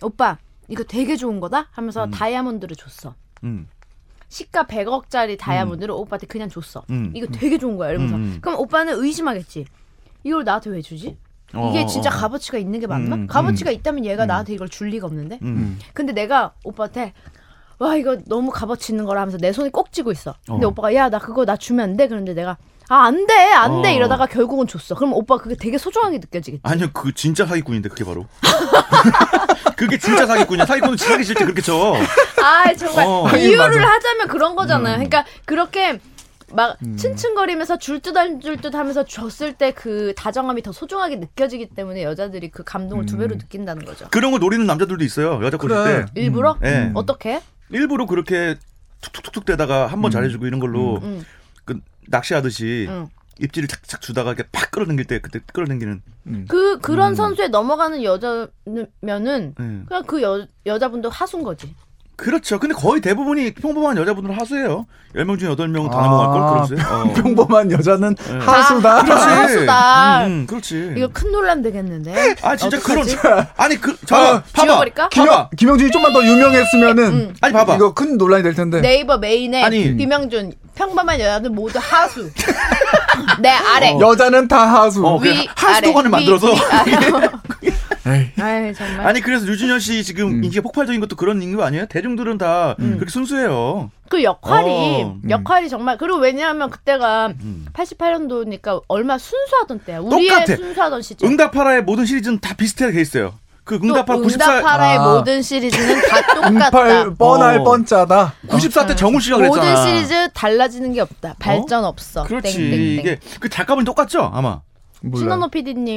[SPEAKER 7] 오빠 이거 되게 좋은 거다 하면서 다이아몬드를 줬어.
[SPEAKER 4] 음.
[SPEAKER 7] 시가 100억짜리 다이아몬드를 오빠한테 그냥 줬어.
[SPEAKER 4] 음.
[SPEAKER 7] 이거 되게 좋은 거야 이러면서.
[SPEAKER 4] 음, 음.
[SPEAKER 7] 그럼 오빠는 의심하겠지. 이걸 나한테 왜 주지? 이게
[SPEAKER 4] 어,
[SPEAKER 7] 진짜
[SPEAKER 4] 어, 어.
[SPEAKER 7] 값어치가 있는 게 맞나?
[SPEAKER 4] 음,
[SPEAKER 7] 값어치가 있다면 얘가 나한테 이걸 줄 리가 없는데.
[SPEAKER 4] 음.
[SPEAKER 7] 근데 내가 오빠한테 와 이거 너무 값어치 있는 거라 하면서 내 손이 꼭 쥐고 있어. 근데
[SPEAKER 4] 어.
[SPEAKER 7] 오빠가 야 나 그거 나 주면 안 돼. 그런데 내가 아 안 돼 안 돼
[SPEAKER 4] 어.
[SPEAKER 7] 이러다가 결국은 줬어. 그럼 오빠 그게 되게 소중하게 느껴지겠지.
[SPEAKER 4] 아니요 그 진짜 사기꾼인데 그게 바로. 그게 진짜 사기꾼이야. 사기꾼은 진짜 하기 싫을 때 그렇게 쳐.
[SPEAKER 7] 아 정말
[SPEAKER 4] 어.
[SPEAKER 7] 이유를
[SPEAKER 2] 맞아.
[SPEAKER 7] 하자면 그런 거잖아요. 그러니까 그렇게 막 층층거리면서 줄듯 안 줄듯 하면서 줬을 때 그 다정함이 더 소중하게 느껴지기 때문에 여자들이 그 감동을 두 배로 느낀다는 거죠.
[SPEAKER 4] 그런 걸 노리는 남자들도 있어요. 여자 꼬실
[SPEAKER 2] 그래.
[SPEAKER 4] 때.
[SPEAKER 7] 일부러
[SPEAKER 4] 예.
[SPEAKER 7] 어떻게?
[SPEAKER 4] 일부러 그렇게 툭툭툭툭 대다가 한 번 잘해주고 이런 걸로
[SPEAKER 7] 음.
[SPEAKER 4] 그 낚시하듯이
[SPEAKER 7] 음.
[SPEAKER 4] 입질을 착착 주다가 이렇게 팍 끌어당길 때 그때 끌어당기는
[SPEAKER 7] 그 그런 선수에 넘어가는 여자면은
[SPEAKER 4] 예.
[SPEAKER 7] 그냥 그 여, 여자분도 하순 거지.
[SPEAKER 4] 그렇죠. 근데 거의 대부분이 평범한 여자분들은 하수예요. 10명 중에 8명은 다
[SPEAKER 2] 아,
[SPEAKER 4] 넘어갈 네. 걸 그러세요.
[SPEAKER 2] 평범한 여자는 하수다.
[SPEAKER 7] 다 하수다.
[SPEAKER 4] 음, 그렇지.
[SPEAKER 7] 이거 큰 논란 되겠는데.
[SPEAKER 4] 아 진짜 그런
[SPEAKER 7] 어떡하지?
[SPEAKER 4] 아니 그 잠깐
[SPEAKER 2] 아,
[SPEAKER 4] 봐봐.
[SPEAKER 7] 지워버릴까?
[SPEAKER 4] 봐봐.
[SPEAKER 2] 김영준이 좀만 더 유명했으면은
[SPEAKER 4] 아니 봐봐.
[SPEAKER 2] 이거 큰 논란이 될 텐데.
[SPEAKER 7] 음. 네이버 메인에
[SPEAKER 4] 아니.
[SPEAKER 7] 김영준 평범한 여자들 모두 하수. 내 아래.
[SPEAKER 2] 여자는 다 하수.
[SPEAKER 4] 어, 그냥
[SPEAKER 7] 위,
[SPEAKER 4] 하수도관을
[SPEAKER 7] 아래,
[SPEAKER 4] 만들어서.
[SPEAKER 7] 위, 위, 아래.
[SPEAKER 2] 에이.
[SPEAKER 7] 아이 정말.
[SPEAKER 4] 아니 그래서 유준현 씨 지금 인기가 폭발적인 것도 그런 인거 아니에요? 대중들은 다 그렇게 순수해요.
[SPEAKER 7] 그 역할이
[SPEAKER 4] 어, 음.
[SPEAKER 7] 역할이 정말 그리고 왜냐하면 그때가
[SPEAKER 4] 음.
[SPEAKER 7] 88년도니까 얼마 순수하던 때야. 우리의
[SPEAKER 4] 똑같아.
[SPEAKER 7] 순수하던 시절.
[SPEAKER 4] 그렇죠. 응답하라의 모든 시리즈는 다 비슷하게 돼 있어요. 그
[SPEAKER 7] 또
[SPEAKER 4] 응답하라 94
[SPEAKER 7] 응답하라의
[SPEAKER 2] 아.
[SPEAKER 7] 모든 시리즈는 다 똑같다.
[SPEAKER 2] 응팔 뻔할
[SPEAKER 4] 어.
[SPEAKER 2] 뻔짜다.
[SPEAKER 4] 94 때 정우 씨가 그랬잖아.
[SPEAKER 7] 모든 시리즈 달라지는 게 없다. 발전 없어.
[SPEAKER 4] 그렇지.
[SPEAKER 7] 땡땡땡.
[SPEAKER 4] 이게 그 작가분 이 똑같죠? 아마.
[SPEAKER 7] 신원호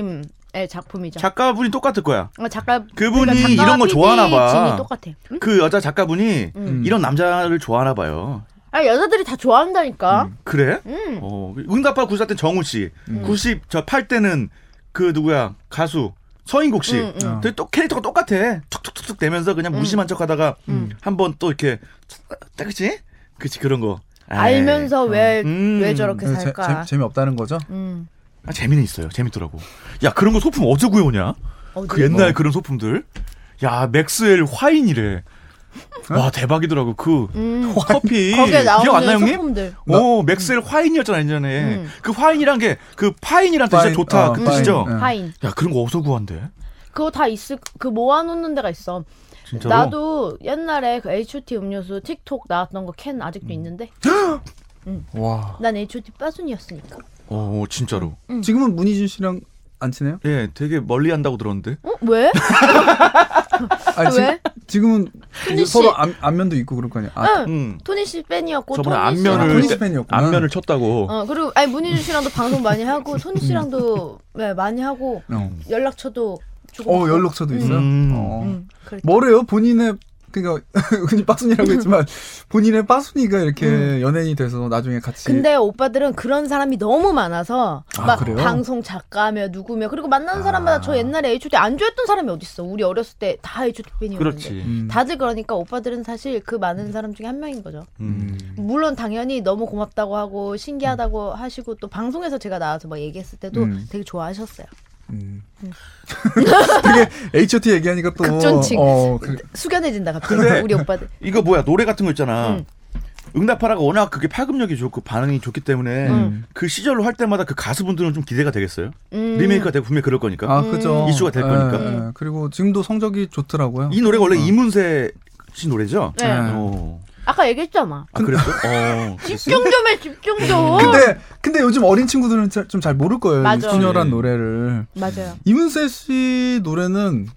[SPEAKER 7] PD님의 작품이죠.
[SPEAKER 4] 작가분이 똑같을 거야.
[SPEAKER 7] 어, 작가
[SPEAKER 4] 그분이
[SPEAKER 7] 작가와
[SPEAKER 4] 이런 거
[SPEAKER 7] PD
[SPEAKER 4] 좋아하나 봐.
[SPEAKER 7] 진이 똑같아. 음. 응?
[SPEAKER 4] 그 여자 작가분이 이런 남자를 좋아하나 봐요.
[SPEAKER 7] 아 여자들이 다 좋아한다니까.
[SPEAKER 4] 그래?
[SPEAKER 7] 음.
[SPEAKER 4] 어, 응답하라 94 때 정우 씨. 98 때는 그 누구야? 가수 서인국 씨.
[SPEAKER 7] 음, 음.
[SPEAKER 4] 되게 또 캐릭터가 똑같아. 툭툭툭툭 대면서 그냥 무심한 척하다가
[SPEAKER 7] 음.
[SPEAKER 4] 한 번 또 이렇게 딱 그치? 그치 그런 거. 에이.
[SPEAKER 7] 알면서 왜 왜
[SPEAKER 4] 네. 음.
[SPEAKER 7] 저렇게
[SPEAKER 2] 네, 재,
[SPEAKER 7] 살까?
[SPEAKER 2] 재, 재미없다는 거죠?
[SPEAKER 7] 음.
[SPEAKER 4] 아, 재미는 있어요. 재밌더라고. 야, 그런 거 소품 어디서 구해오냐?
[SPEAKER 7] 어디?
[SPEAKER 4] 그 옛날 그런 소품들. 야, 맥스웰 화인이래. 와, 대박이더라고. 그
[SPEAKER 7] 음.
[SPEAKER 4] 커피.
[SPEAKER 7] 거기에
[SPEAKER 4] 기억 안 나요,
[SPEAKER 7] 나오는
[SPEAKER 4] 형님?
[SPEAKER 7] 소품들.
[SPEAKER 4] 오, 맥스웰 화인이었잖아, 예전에.
[SPEAKER 7] 음.
[SPEAKER 4] 그 화인이란 게 그 파인이란 뜻이
[SPEAKER 2] 파인,
[SPEAKER 4] 좋다.
[SPEAKER 2] 어,
[SPEAKER 4] 그 뜻이죠?
[SPEAKER 2] 파인, 응.
[SPEAKER 7] 하인.
[SPEAKER 4] 야, 그런 거 어디서 구한대?
[SPEAKER 7] 그거 다 있을 그 모아놓는 데가 있어.
[SPEAKER 4] 진짜로?
[SPEAKER 7] 나도 옛날에 그 H.O.T 음료수 틱톡 나왔던 거 캔
[SPEAKER 4] 음.
[SPEAKER 7] 아직도 있는데
[SPEAKER 2] 와.
[SPEAKER 7] 난 H.O.T 빠순이었으니까.
[SPEAKER 4] 어, 진짜로.
[SPEAKER 7] 음.
[SPEAKER 2] 지금은 문희준 씨랑 안 친해요?
[SPEAKER 4] 예, 되게 멀리 한다고 들었는데.
[SPEAKER 7] 어 왜?
[SPEAKER 2] 아니,
[SPEAKER 7] 왜?
[SPEAKER 2] 지금, 은
[SPEAKER 7] 문희 씨.
[SPEAKER 2] 서로 안, 안면도 있고 그럴 거 아니야. 아,
[SPEAKER 7] 응.
[SPEAKER 4] 응.
[SPEAKER 7] 토니 씨 팬이었고
[SPEAKER 4] 음. 저번에
[SPEAKER 7] 토니 씨
[SPEAKER 4] 안면을
[SPEAKER 2] 토니
[SPEAKER 4] 때-
[SPEAKER 2] 씨 팬이었구나.
[SPEAKER 4] 안면을 쳤다고.
[SPEAKER 7] 어 그리고 아니 문희준 씨랑도 방송 많이 하고 손희
[SPEAKER 4] 음.
[SPEAKER 7] 씨랑도 네, 많이 하고
[SPEAKER 2] 어.
[SPEAKER 7] 연락처도 조금
[SPEAKER 2] 어, 연락처도 있어요?
[SPEAKER 4] 음.
[SPEAKER 2] 어.
[SPEAKER 7] 음, 그래.
[SPEAKER 2] 뭐래요? 본인의 그러니까 흔히 빠순이라고 했지만 본인의 빠순이가 이렇게 연예인이 돼서 나중에
[SPEAKER 4] 그
[SPEAKER 2] 같이
[SPEAKER 7] 음. 근데 오빠들은 그런 사람이 너무 많아서
[SPEAKER 2] 아,
[SPEAKER 7] 막
[SPEAKER 2] 그래요?
[SPEAKER 7] 방송 작가며 누구며 그리고
[SPEAKER 4] 아.
[SPEAKER 7] 만나는 사람마다 저 옛날에 H.O.T 안 좋아했던 사람이 어딨어 우리 어렸을 때 다 H.O.T 팬이었는데
[SPEAKER 4] 그렇지.
[SPEAKER 2] 음.
[SPEAKER 7] 다들 그러니까 오빠들은 사실 그 많은 사람 중에 한 명인 거죠.
[SPEAKER 4] 음.
[SPEAKER 7] 물론 당연히 너무 고맙다고 하고 신기하다고 하시고 또 방송에서 제가 나와서 막 얘기했을 때도
[SPEAKER 2] 음.
[SPEAKER 7] 되게 좋아하셨어요.
[SPEAKER 2] 음. 되게 H.O.T 얘기하니까 또
[SPEAKER 7] 극존칭.
[SPEAKER 2] 어, 그,
[SPEAKER 7] 숙연해진다 갑자기
[SPEAKER 4] 근데-
[SPEAKER 7] 우리 오빠들.
[SPEAKER 4] 이거 뭐야 노래 같은 거 있잖아.
[SPEAKER 7] 음.
[SPEAKER 4] 응답하라가 워낙 그게 파급력이 좋고 반응이 좋기 때문에 그 시절로 할 때마다 그 가수분들은 좀 기대가 되겠어요.
[SPEAKER 7] 음.
[SPEAKER 4] 리메이크가 되고 분명히 그럴 거니까.
[SPEAKER 2] 아 그죠.
[SPEAKER 4] 음. 이슈가 될
[SPEAKER 2] 예,
[SPEAKER 4] 거니까.
[SPEAKER 2] 예. 그리고 지금도 성적이 좋더라고요.
[SPEAKER 4] 이 노래가 원래 이문세 씨 노래죠?
[SPEAKER 7] 네.
[SPEAKER 2] 예.
[SPEAKER 4] 어.
[SPEAKER 7] 아까 얘기했잖아.
[SPEAKER 4] 아, 그랬어? 어.
[SPEAKER 7] 집중 좀 해, 집중 좀.
[SPEAKER 4] 음.
[SPEAKER 2] 근데 근데 요즘 어린 친구들은 좀 잘 모를 거예요. 이
[SPEAKER 7] 맞아.
[SPEAKER 2] 소녀란
[SPEAKER 4] 네.
[SPEAKER 2] 노래를
[SPEAKER 7] 맞아요.
[SPEAKER 2] 이문세 씨 노래는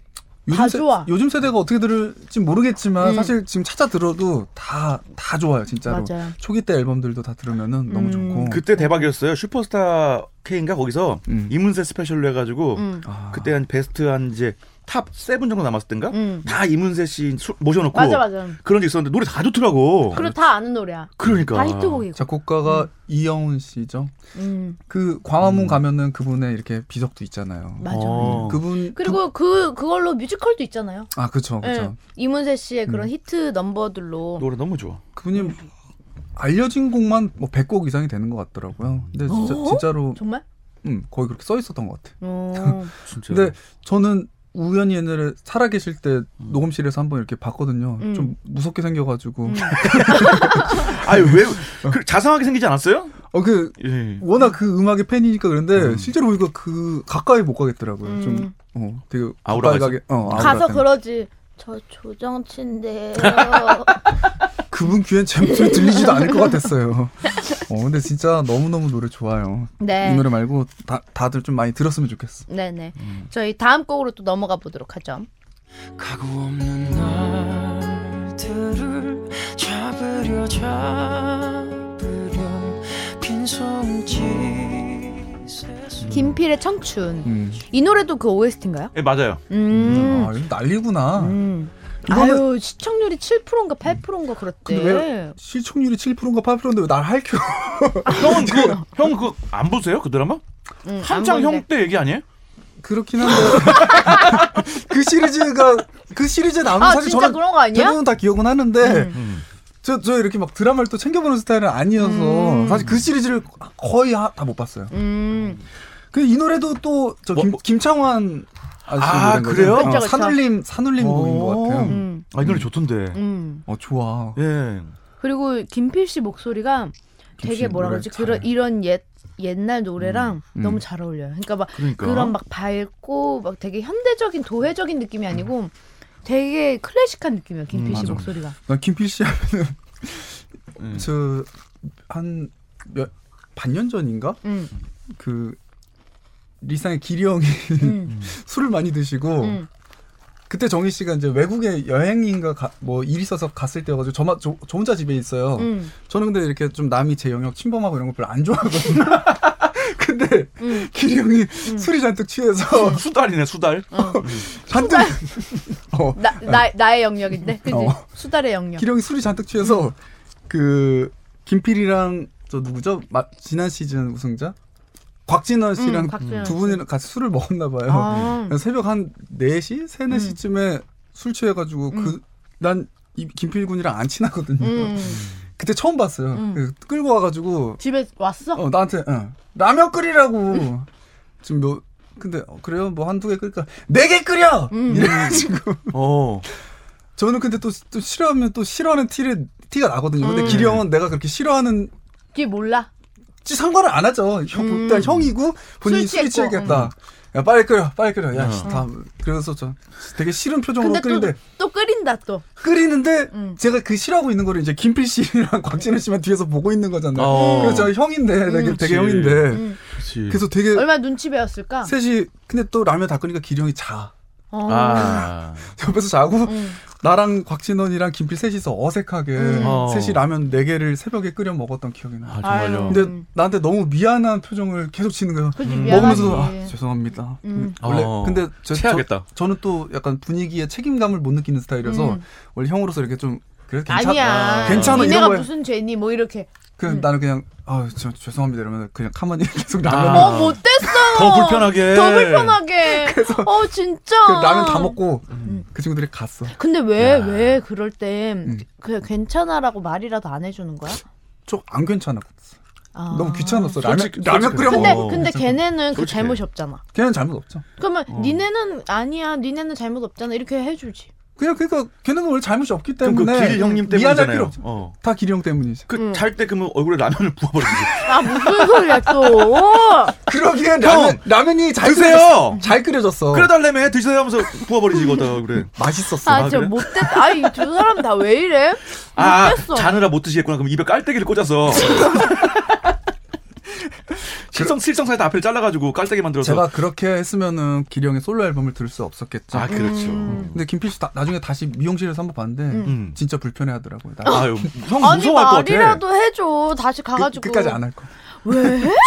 [SPEAKER 2] 요즘,
[SPEAKER 7] 다 좋아.
[SPEAKER 2] 요즘 세대가 어떻게 들을지 모르겠지만
[SPEAKER 7] 음.
[SPEAKER 2] 사실 지금 찾아 들어도 다 다 좋아요 진짜로
[SPEAKER 7] 맞아요.
[SPEAKER 2] 초기 때 앨범들도 다 들으면은 너무
[SPEAKER 7] 음.
[SPEAKER 2] 좋고
[SPEAKER 4] 그때 대박이었어요. 슈퍼스타 K인가 거기서
[SPEAKER 2] 음.
[SPEAKER 4] 이문세 스페셜로 해가지고
[SPEAKER 7] 음.
[SPEAKER 2] 아,
[SPEAKER 4] 그때 한 베스트 한 이제 탑 세븐 정도 남았을 땐가?
[SPEAKER 7] 음.
[SPEAKER 4] 다 이문세 씨 수- 모셔놓고 어.
[SPEAKER 7] 맞아 맞아.
[SPEAKER 4] 그런 적 있었는데 노래 다 좋더라고.
[SPEAKER 7] 그리고 다 아는 노래야.
[SPEAKER 4] 그러니까.
[SPEAKER 7] 다 히트곡이고.
[SPEAKER 2] 작곡가가 이영훈 씨죠.
[SPEAKER 7] 음.
[SPEAKER 2] 그 광화문 가면은 그분의 이렇게 비석도 있잖아요.
[SPEAKER 7] 맞아.
[SPEAKER 4] 어.
[SPEAKER 2] 음. 그분
[SPEAKER 7] 네. 그리고 그 그걸로 뮤지컬도 있잖아요.
[SPEAKER 2] 아 그쵸 그쵸.
[SPEAKER 7] 예. 이문세 씨의 그런
[SPEAKER 2] 음.
[SPEAKER 7] 히트 넘버들로
[SPEAKER 4] 노래 너무 좋아.
[SPEAKER 2] 그분이 알려진 곡만 뭐 100곡 이상이 되는 것 같더라고요. 근데 진짜
[SPEAKER 7] 어?
[SPEAKER 2] 진짜로
[SPEAKER 7] 정말?
[SPEAKER 2] 음, 거의 그렇게 써 있었던 것 같아. 요
[SPEAKER 7] 어.
[SPEAKER 4] 진짜.
[SPEAKER 2] 근데 저는 우연히 옛날에 살아계실 때 녹음실에서 한번 이렇게 봤거든요.
[SPEAKER 7] 음.
[SPEAKER 2] 좀 무섭게 생겨가지고
[SPEAKER 4] 아유 왜 그, 자상하게 생기지 않았어요?
[SPEAKER 2] 어 그
[SPEAKER 4] 예.
[SPEAKER 2] 워낙 그 음악의 팬이니까 그런데
[SPEAKER 4] 음.
[SPEAKER 2] 실제로 보니까 그 가까이 못 가겠더라고요.
[SPEAKER 7] 음.
[SPEAKER 2] 좀 어, 되게
[SPEAKER 4] 아우라가
[SPEAKER 2] 가까이 가게 어, 아우라
[SPEAKER 7] 가서
[SPEAKER 2] 때문에.
[SPEAKER 7] 그러지. 저 조정치인데요.
[SPEAKER 2] 그분 귀엔 제 목소리 들리지도 않을 것 같았어요. 어 근데 진짜 너무 너무 노래 좋아요. 이
[SPEAKER 7] 네.
[SPEAKER 2] 노래 말고 다 다들 좀 많이 들었으면 좋겠어.
[SPEAKER 7] 네네. 저희 다음 곡으로 또 넘어가 보도록 하죠.
[SPEAKER 6] 가고 없는 날들을 잡으려 잡으려 빈손짓에
[SPEAKER 7] 김필의 청춘.
[SPEAKER 2] 음.
[SPEAKER 7] 이 노래도 그 OST인가요?
[SPEAKER 4] 예, 맞아요.
[SPEAKER 7] 음.
[SPEAKER 2] 아, 이거 난리구나.
[SPEAKER 7] 음.
[SPEAKER 2] 이거는-
[SPEAKER 7] 아유 시청률이 7%인가 8%인가 그렇대.
[SPEAKER 2] 근데 왜 시청률이 7%인가 8%인데 왜 날 할켜?
[SPEAKER 4] 형은 그거 형 그거 안 보세요 그 드라마?
[SPEAKER 7] 음,
[SPEAKER 4] 한창
[SPEAKER 7] 안
[SPEAKER 4] 형
[SPEAKER 7] 보는데.
[SPEAKER 4] 때 얘기 아니에요?
[SPEAKER 2] 그렇긴 한데 그 시리즈가 그 시리즈에 나오는
[SPEAKER 7] 아
[SPEAKER 2] 사실
[SPEAKER 7] 진짜
[SPEAKER 2] 저는
[SPEAKER 7] 그런 거 아니야? 음.
[SPEAKER 2] 대부분 다 기억은 하는데
[SPEAKER 4] 음.
[SPEAKER 2] 저 저 이렇게 막 드라마를 또 챙겨보는 스타일은 아니어서
[SPEAKER 4] 음.
[SPEAKER 2] 사실 그 시리즈를 거의 다 못 봤어요.
[SPEAKER 7] 음.
[SPEAKER 2] 근데 이 노래도 또 저
[SPEAKER 4] 뭐,
[SPEAKER 2] 김
[SPEAKER 4] 뭐.
[SPEAKER 2] 김창완 아저씨
[SPEAKER 4] 아,
[SPEAKER 2] 노래인 거죠?
[SPEAKER 4] 그래요?
[SPEAKER 2] 어,
[SPEAKER 7] 그쵸, 그쵸.
[SPEAKER 2] 산울림 산울림 곡인 것 같아요.
[SPEAKER 4] 음.
[SPEAKER 7] 음.
[SPEAKER 4] 아 이 노래 좋던데.
[SPEAKER 7] 음.
[SPEAKER 2] 어 좋아.
[SPEAKER 4] 예.
[SPEAKER 7] 그리고 김필 씨 목소리가
[SPEAKER 2] 김필
[SPEAKER 7] 되게 뭐라
[SPEAKER 2] 노래
[SPEAKER 7] 그러지?
[SPEAKER 2] 잘해.
[SPEAKER 7] 그런 이런 옛 옛날 노래랑
[SPEAKER 2] 음.
[SPEAKER 7] 너무 잘 어울려요. 그러니까 막
[SPEAKER 4] 그러니까.
[SPEAKER 7] 그런막 밝고 막 되게 현대적인 도회적인 느낌이 아니고 되게 클래식한 느낌이에요. 김필
[SPEAKER 2] 음,
[SPEAKER 7] 씨
[SPEAKER 2] 맞아.
[SPEAKER 7] 목소리가.
[SPEAKER 2] 난 김필 씨 하면은
[SPEAKER 4] 음.
[SPEAKER 2] 저한 몇 반년 전인가
[SPEAKER 7] 음.
[SPEAKER 2] 그 리쌍의 기리 형이
[SPEAKER 7] 음.
[SPEAKER 2] 술을 많이 드시고
[SPEAKER 7] 음.
[SPEAKER 2] 그때 정희 씨가 이제 외국에 여행인가 가- 뭐 일이 있어서 갔을 때여가지고 저만 저, 저 혼자 집에 있어요.
[SPEAKER 7] 음.
[SPEAKER 2] 저는 근데 이렇게 좀 남이 제 영역 침범하고 이런 걸 별로 안 좋아하거든요. 근데
[SPEAKER 7] 음.
[SPEAKER 2] 기리 형이 술이 잔뜩 취해서
[SPEAKER 4] 수달이네 수달.
[SPEAKER 2] 잔뜩 어,
[SPEAKER 7] 나, 나 나의 영역인데. 그지?
[SPEAKER 2] 어.
[SPEAKER 7] 수달의 영역.
[SPEAKER 2] 기령이 술이 잔뜩
[SPEAKER 7] 음.
[SPEAKER 2] 취해서 그 김필이랑 저 누구죠? 마- 지난 시즌 우승자 곽진원 씨랑
[SPEAKER 7] 음, 곽진원
[SPEAKER 2] 두 분이랑 같이 술을 먹었나 봐요.
[SPEAKER 7] 아. 음.
[SPEAKER 2] 그래서 새벽 한 4시, 3, 4시쯤에 술 취해 가지고 그 난 김필 군이랑 안 친하거든요.
[SPEAKER 7] 음.
[SPEAKER 2] 그때 처음 봤어요. 그 끌고 와 가지고
[SPEAKER 7] 집에 왔어?
[SPEAKER 2] 어, 나한테 응. 라면
[SPEAKER 7] 음.
[SPEAKER 2] 끓이라고 지금 뭐 근데 어, 그래요 뭐 한두 개 끓일까 네 개 끓여
[SPEAKER 7] 음.
[SPEAKER 2] 이래가지고
[SPEAKER 4] 어.
[SPEAKER 2] 저는 근데 또, 또 싫어하면 또 싫어하는 티를 티가 나거든요. 근데
[SPEAKER 7] 음.
[SPEAKER 2] 기리 형은 내가 그렇게 싫어하는
[SPEAKER 7] 걔 몰라.
[SPEAKER 2] 찌 상관을 안 하죠. 형, 일단 형이고 본인이
[SPEAKER 7] 음. 술
[SPEAKER 2] 술이
[SPEAKER 7] 취했고. 음.
[SPEAKER 2] 취했겠다. 야 빨리 끓여, 빨리 끓여.
[SPEAKER 4] 어.
[SPEAKER 2] 야, 씨, 다 그래서 저 되게 싫은 표정으로
[SPEAKER 7] 근데 또 음. 또
[SPEAKER 2] 끓는데
[SPEAKER 7] 끓인다 또.
[SPEAKER 2] 끓이는데 제가 그 싫어하고 있는 거를 이제 김필 씨랑 곽진우 씨만 뒤에서 보고 있는 거잖아요.
[SPEAKER 4] 어.
[SPEAKER 2] 그래서 저 형인데 되게, 되게
[SPEAKER 4] 그치.
[SPEAKER 2] 형인데
[SPEAKER 4] 그렇지.
[SPEAKER 2] 그래서 되게
[SPEAKER 7] 음. 얼마나 눈치 배웠을까?
[SPEAKER 2] 셋이 근데 또 라면 다 끓으니까 기리 형이 자.
[SPEAKER 7] 어.
[SPEAKER 4] 아.
[SPEAKER 2] 옆에서 자고
[SPEAKER 7] 음.
[SPEAKER 2] 나랑 곽진원이랑 김필 셋이서 어색하게
[SPEAKER 4] 어.
[SPEAKER 2] 셋이 라면 네 개를 새벽에 끓여 먹었던 기억이 나.
[SPEAKER 4] 아 정말요.
[SPEAKER 7] 아유.
[SPEAKER 2] 근데 나한테 너무 미안한 표정을 계속 짓는 거예요.
[SPEAKER 7] 그지 그렇죠. 미안하지. 음.
[SPEAKER 2] 먹으면서도 아, 죄송합니다. 음. 원래
[SPEAKER 4] 어.
[SPEAKER 2] 근데 저,
[SPEAKER 4] 체하겠다.
[SPEAKER 2] 저, 는또 약간 분위기에 책임감을 못 느끼는 스타일이라서 원래 형으로서 이렇게 좀 그래 괜찮
[SPEAKER 7] 음. 아니야.
[SPEAKER 2] 괜찮아
[SPEAKER 7] 니네가
[SPEAKER 2] 이런 거에
[SPEAKER 7] 무슨 죄니? 뭐 이렇게.
[SPEAKER 2] 그냥 나는 그냥 아 저, 죄송합니다 이러면 그냥 가만히 계속
[SPEAKER 4] 아.
[SPEAKER 2] 라면
[SPEAKER 7] 어, 못됐어.
[SPEAKER 4] 더 불편하게.
[SPEAKER 7] 더 불편하게. 어, 진짜.
[SPEAKER 2] 네. 그 라면
[SPEAKER 7] 음.
[SPEAKER 2] 다 먹고
[SPEAKER 4] 음.
[SPEAKER 2] 그 친구들이 갔어.
[SPEAKER 7] 근데 왜 왜그 그럴 땐 그냥 괜찮아라고 말이라도 안 해주는 거야?
[SPEAKER 2] 좀 안 괜찮았어.
[SPEAKER 7] 아.
[SPEAKER 2] 너무 귀찮았어. 라면,
[SPEAKER 4] 솔직히-
[SPEAKER 2] 라면
[SPEAKER 4] 솔직히
[SPEAKER 2] 끓여
[SPEAKER 7] 근데
[SPEAKER 2] 먹어.
[SPEAKER 4] 어,
[SPEAKER 7] 근데
[SPEAKER 4] 괜찮다. 어.
[SPEAKER 7] 걔네는 그
[SPEAKER 4] 솔직해.
[SPEAKER 7] 잘못이 없잖아.
[SPEAKER 2] 걔는 잘못 없죠.
[SPEAKER 7] 그러면 니네는 아니야, 니네는 잘못 없잖아 이렇게 해주지.
[SPEAKER 2] 그냥 그러니까 걔는 원래 잘못이 없기
[SPEAKER 4] 그럼 그
[SPEAKER 2] 때문에
[SPEAKER 4] 길 형님
[SPEAKER 2] 미안할 필요
[SPEAKER 4] 때문이잖아요.
[SPEAKER 2] 없죠.
[SPEAKER 4] 어.
[SPEAKER 2] 다 길이 형 때문이지.
[SPEAKER 4] 그 잘 때 그러면 얼굴에 라면을 부어버리지.
[SPEAKER 7] 아 무슨 소리야 또?
[SPEAKER 2] 아, 그러기엔 라면, 라면이 잘
[SPEAKER 4] 드세요!
[SPEAKER 2] 끓여졌- 잘 끓여졌어.
[SPEAKER 4] 끓여달래매 드세요 하면서 부어버리지 이거다 그래.
[SPEAKER 2] 맛있었어.
[SPEAKER 7] 아
[SPEAKER 4] 아,
[SPEAKER 7] 저
[SPEAKER 4] 그래?
[SPEAKER 7] 못됐다. 아이 두 사람 다 왜 이래?
[SPEAKER 4] 아
[SPEAKER 7] 못됐어.
[SPEAKER 4] 자느라 못 드시겠구나. 그럼 입에 깔때기를 꽂아서. 실성 실성사에다 앞을 잘라가지고 깔때기 만들어서.
[SPEAKER 2] 제가 그렇게 했으면은 길이 형의 솔로 앨범을 들을 수 없었겠죠.
[SPEAKER 4] 아 그렇죠.
[SPEAKER 7] 음.
[SPEAKER 2] 근데 김필 씨 다- 나중에 다시 미용실에서 한번 봤는데
[SPEAKER 4] 음.
[SPEAKER 2] 진짜 불편해하더라고요. 나
[SPEAKER 4] 아유 형
[SPEAKER 7] 아니
[SPEAKER 4] 무서워할 것 같아. 그,
[SPEAKER 7] 말이라도 해줘. 다시
[SPEAKER 2] 끝-
[SPEAKER 7] 가가지고.
[SPEAKER 2] 그, 끝까지 안 할 거.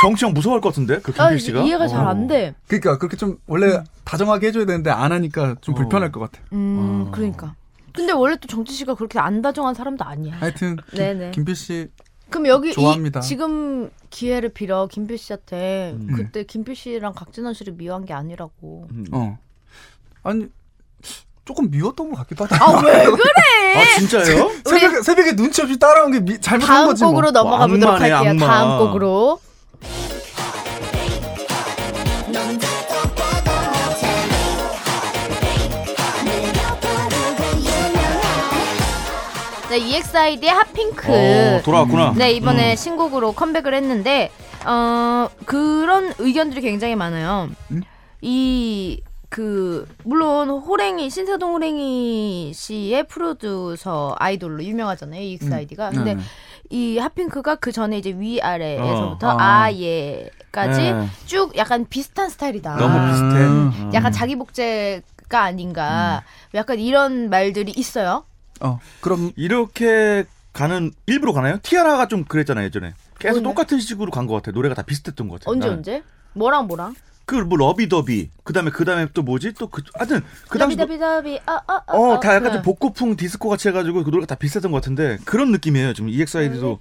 [SPEAKER 4] 정치 형 무서워할 것 같은데 그
[SPEAKER 7] 나
[SPEAKER 4] 김필
[SPEAKER 7] 이제
[SPEAKER 4] 씨가.
[SPEAKER 7] 이해가 잘
[SPEAKER 4] 어.
[SPEAKER 7] 안 돼.
[SPEAKER 2] 그러니까 그렇게 좀 원래 다정하게 해줘야 되는데 안 하니까 좀
[SPEAKER 4] 어.
[SPEAKER 2] 불편할 것 같아.
[SPEAKER 7] 음 그러니까. 근데 원래 또 정치 씨가 그렇게 안 다정한 사람도 아니야.
[SPEAKER 2] 하여튼 김-
[SPEAKER 7] 네네.
[SPEAKER 2] 김필 씨
[SPEAKER 7] 그럼 여기
[SPEAKER 2] 좋아합니다.
[SPEAKER 7] 이, 지금 기회를 빌어 김필 씨한테
[SPEAKER 4] 음.
[SPEAKER 7] 그때 김필 씨랑 각진원 씨를 미워한 게 아니라고.
[SPEAKER 4] 음.
[SPEAKER 2] 어. 아니 조금 미웠던 것 같기도 하다.
[SPEAKER 7] 아 왜 그래?
[SPEAKER 4] 아 진짜요?
[SPEAKER 2] 새벽에, 새벽에 눈치 없이 따라온 게 미- 잘못한
[SPEAKER 7] 다음
[SPEAKER 2] 거지 뭐.
[SPEAKER 7] 곡으로 넘어가 보도록
[SPEAKER 4] 악마네,
[SPEAKER 7] 할게요.
[SPEAKER 4] 악마.
[SPEAKER 7] 다음 곡으로. 네, EXID의 핫핑크.
[SPEAKER 4] 어, 돌아왔구나.
[SPEAKER 7] 그
[SPEAKER 2] 음.
[SPEAKER 7] 네, 이번에 신곡으로 컴백을 했는데 어, 그런 의견들이 굉장히 많아요.
[SPEAKER 2] 음?
[SPEAKER 7] 이 그 물론 호랭이 신세동 호랭이 씨의 프로듀서 아이돌로 유명하잖아요 EXID가 근데
[SPEAKER 2] 네.
[SPEAKER 7] 이 핫핑크가 그 전에 이제 위아래에서부터
[SPEAKER 2] 어, 아.
[SPEAKER 7] 아예까지
[SPEAKER 4] 네.
[SPEAKER 7] 쭉 약간 비슷한 스타일이다.
[SPEAKER 4] 너무
[SPEAKER 2] 아.
[SPEAKER 4] 비슷해.
[SPEAKER 2] 음.
[SPEAKER 7] 약간 자기 복제가 아닌가. 약간 이런 말들이 있어요.
[SPEAKER 2] 어 그럼
[SPEAKER 4] 이렇게 가는 일부러 가나요? 티아라가 좀 그랬잖아요 예전에. 계속
[SPEAKER 7] 뭔데?
[SPEAKER 4] 똑같은 식으로 간 것 같아. 노래가 다 비슷했던 것 같아.
[SPEAKER 7] 언제
[SPEAKER 2] 네.
[SPEAKER 4] 나는.
[SPEAKER 7] 언제? 뭐랑 뭐랑?
[SPEAKER 4] 그뭐 러비더비. 그다음에 그다음에 또 뭐지? 또 그 하여튼 그 당시 노-
[SPEAKER 7] 더비더비더비. 어어어.
[SPEAKER 4] 어, 다 약간 좀 복고풍 디스코 같이 해가지고 그 노래가 다 비슷했던 것 같은데 그런 느낌이에요. 지금 EXID도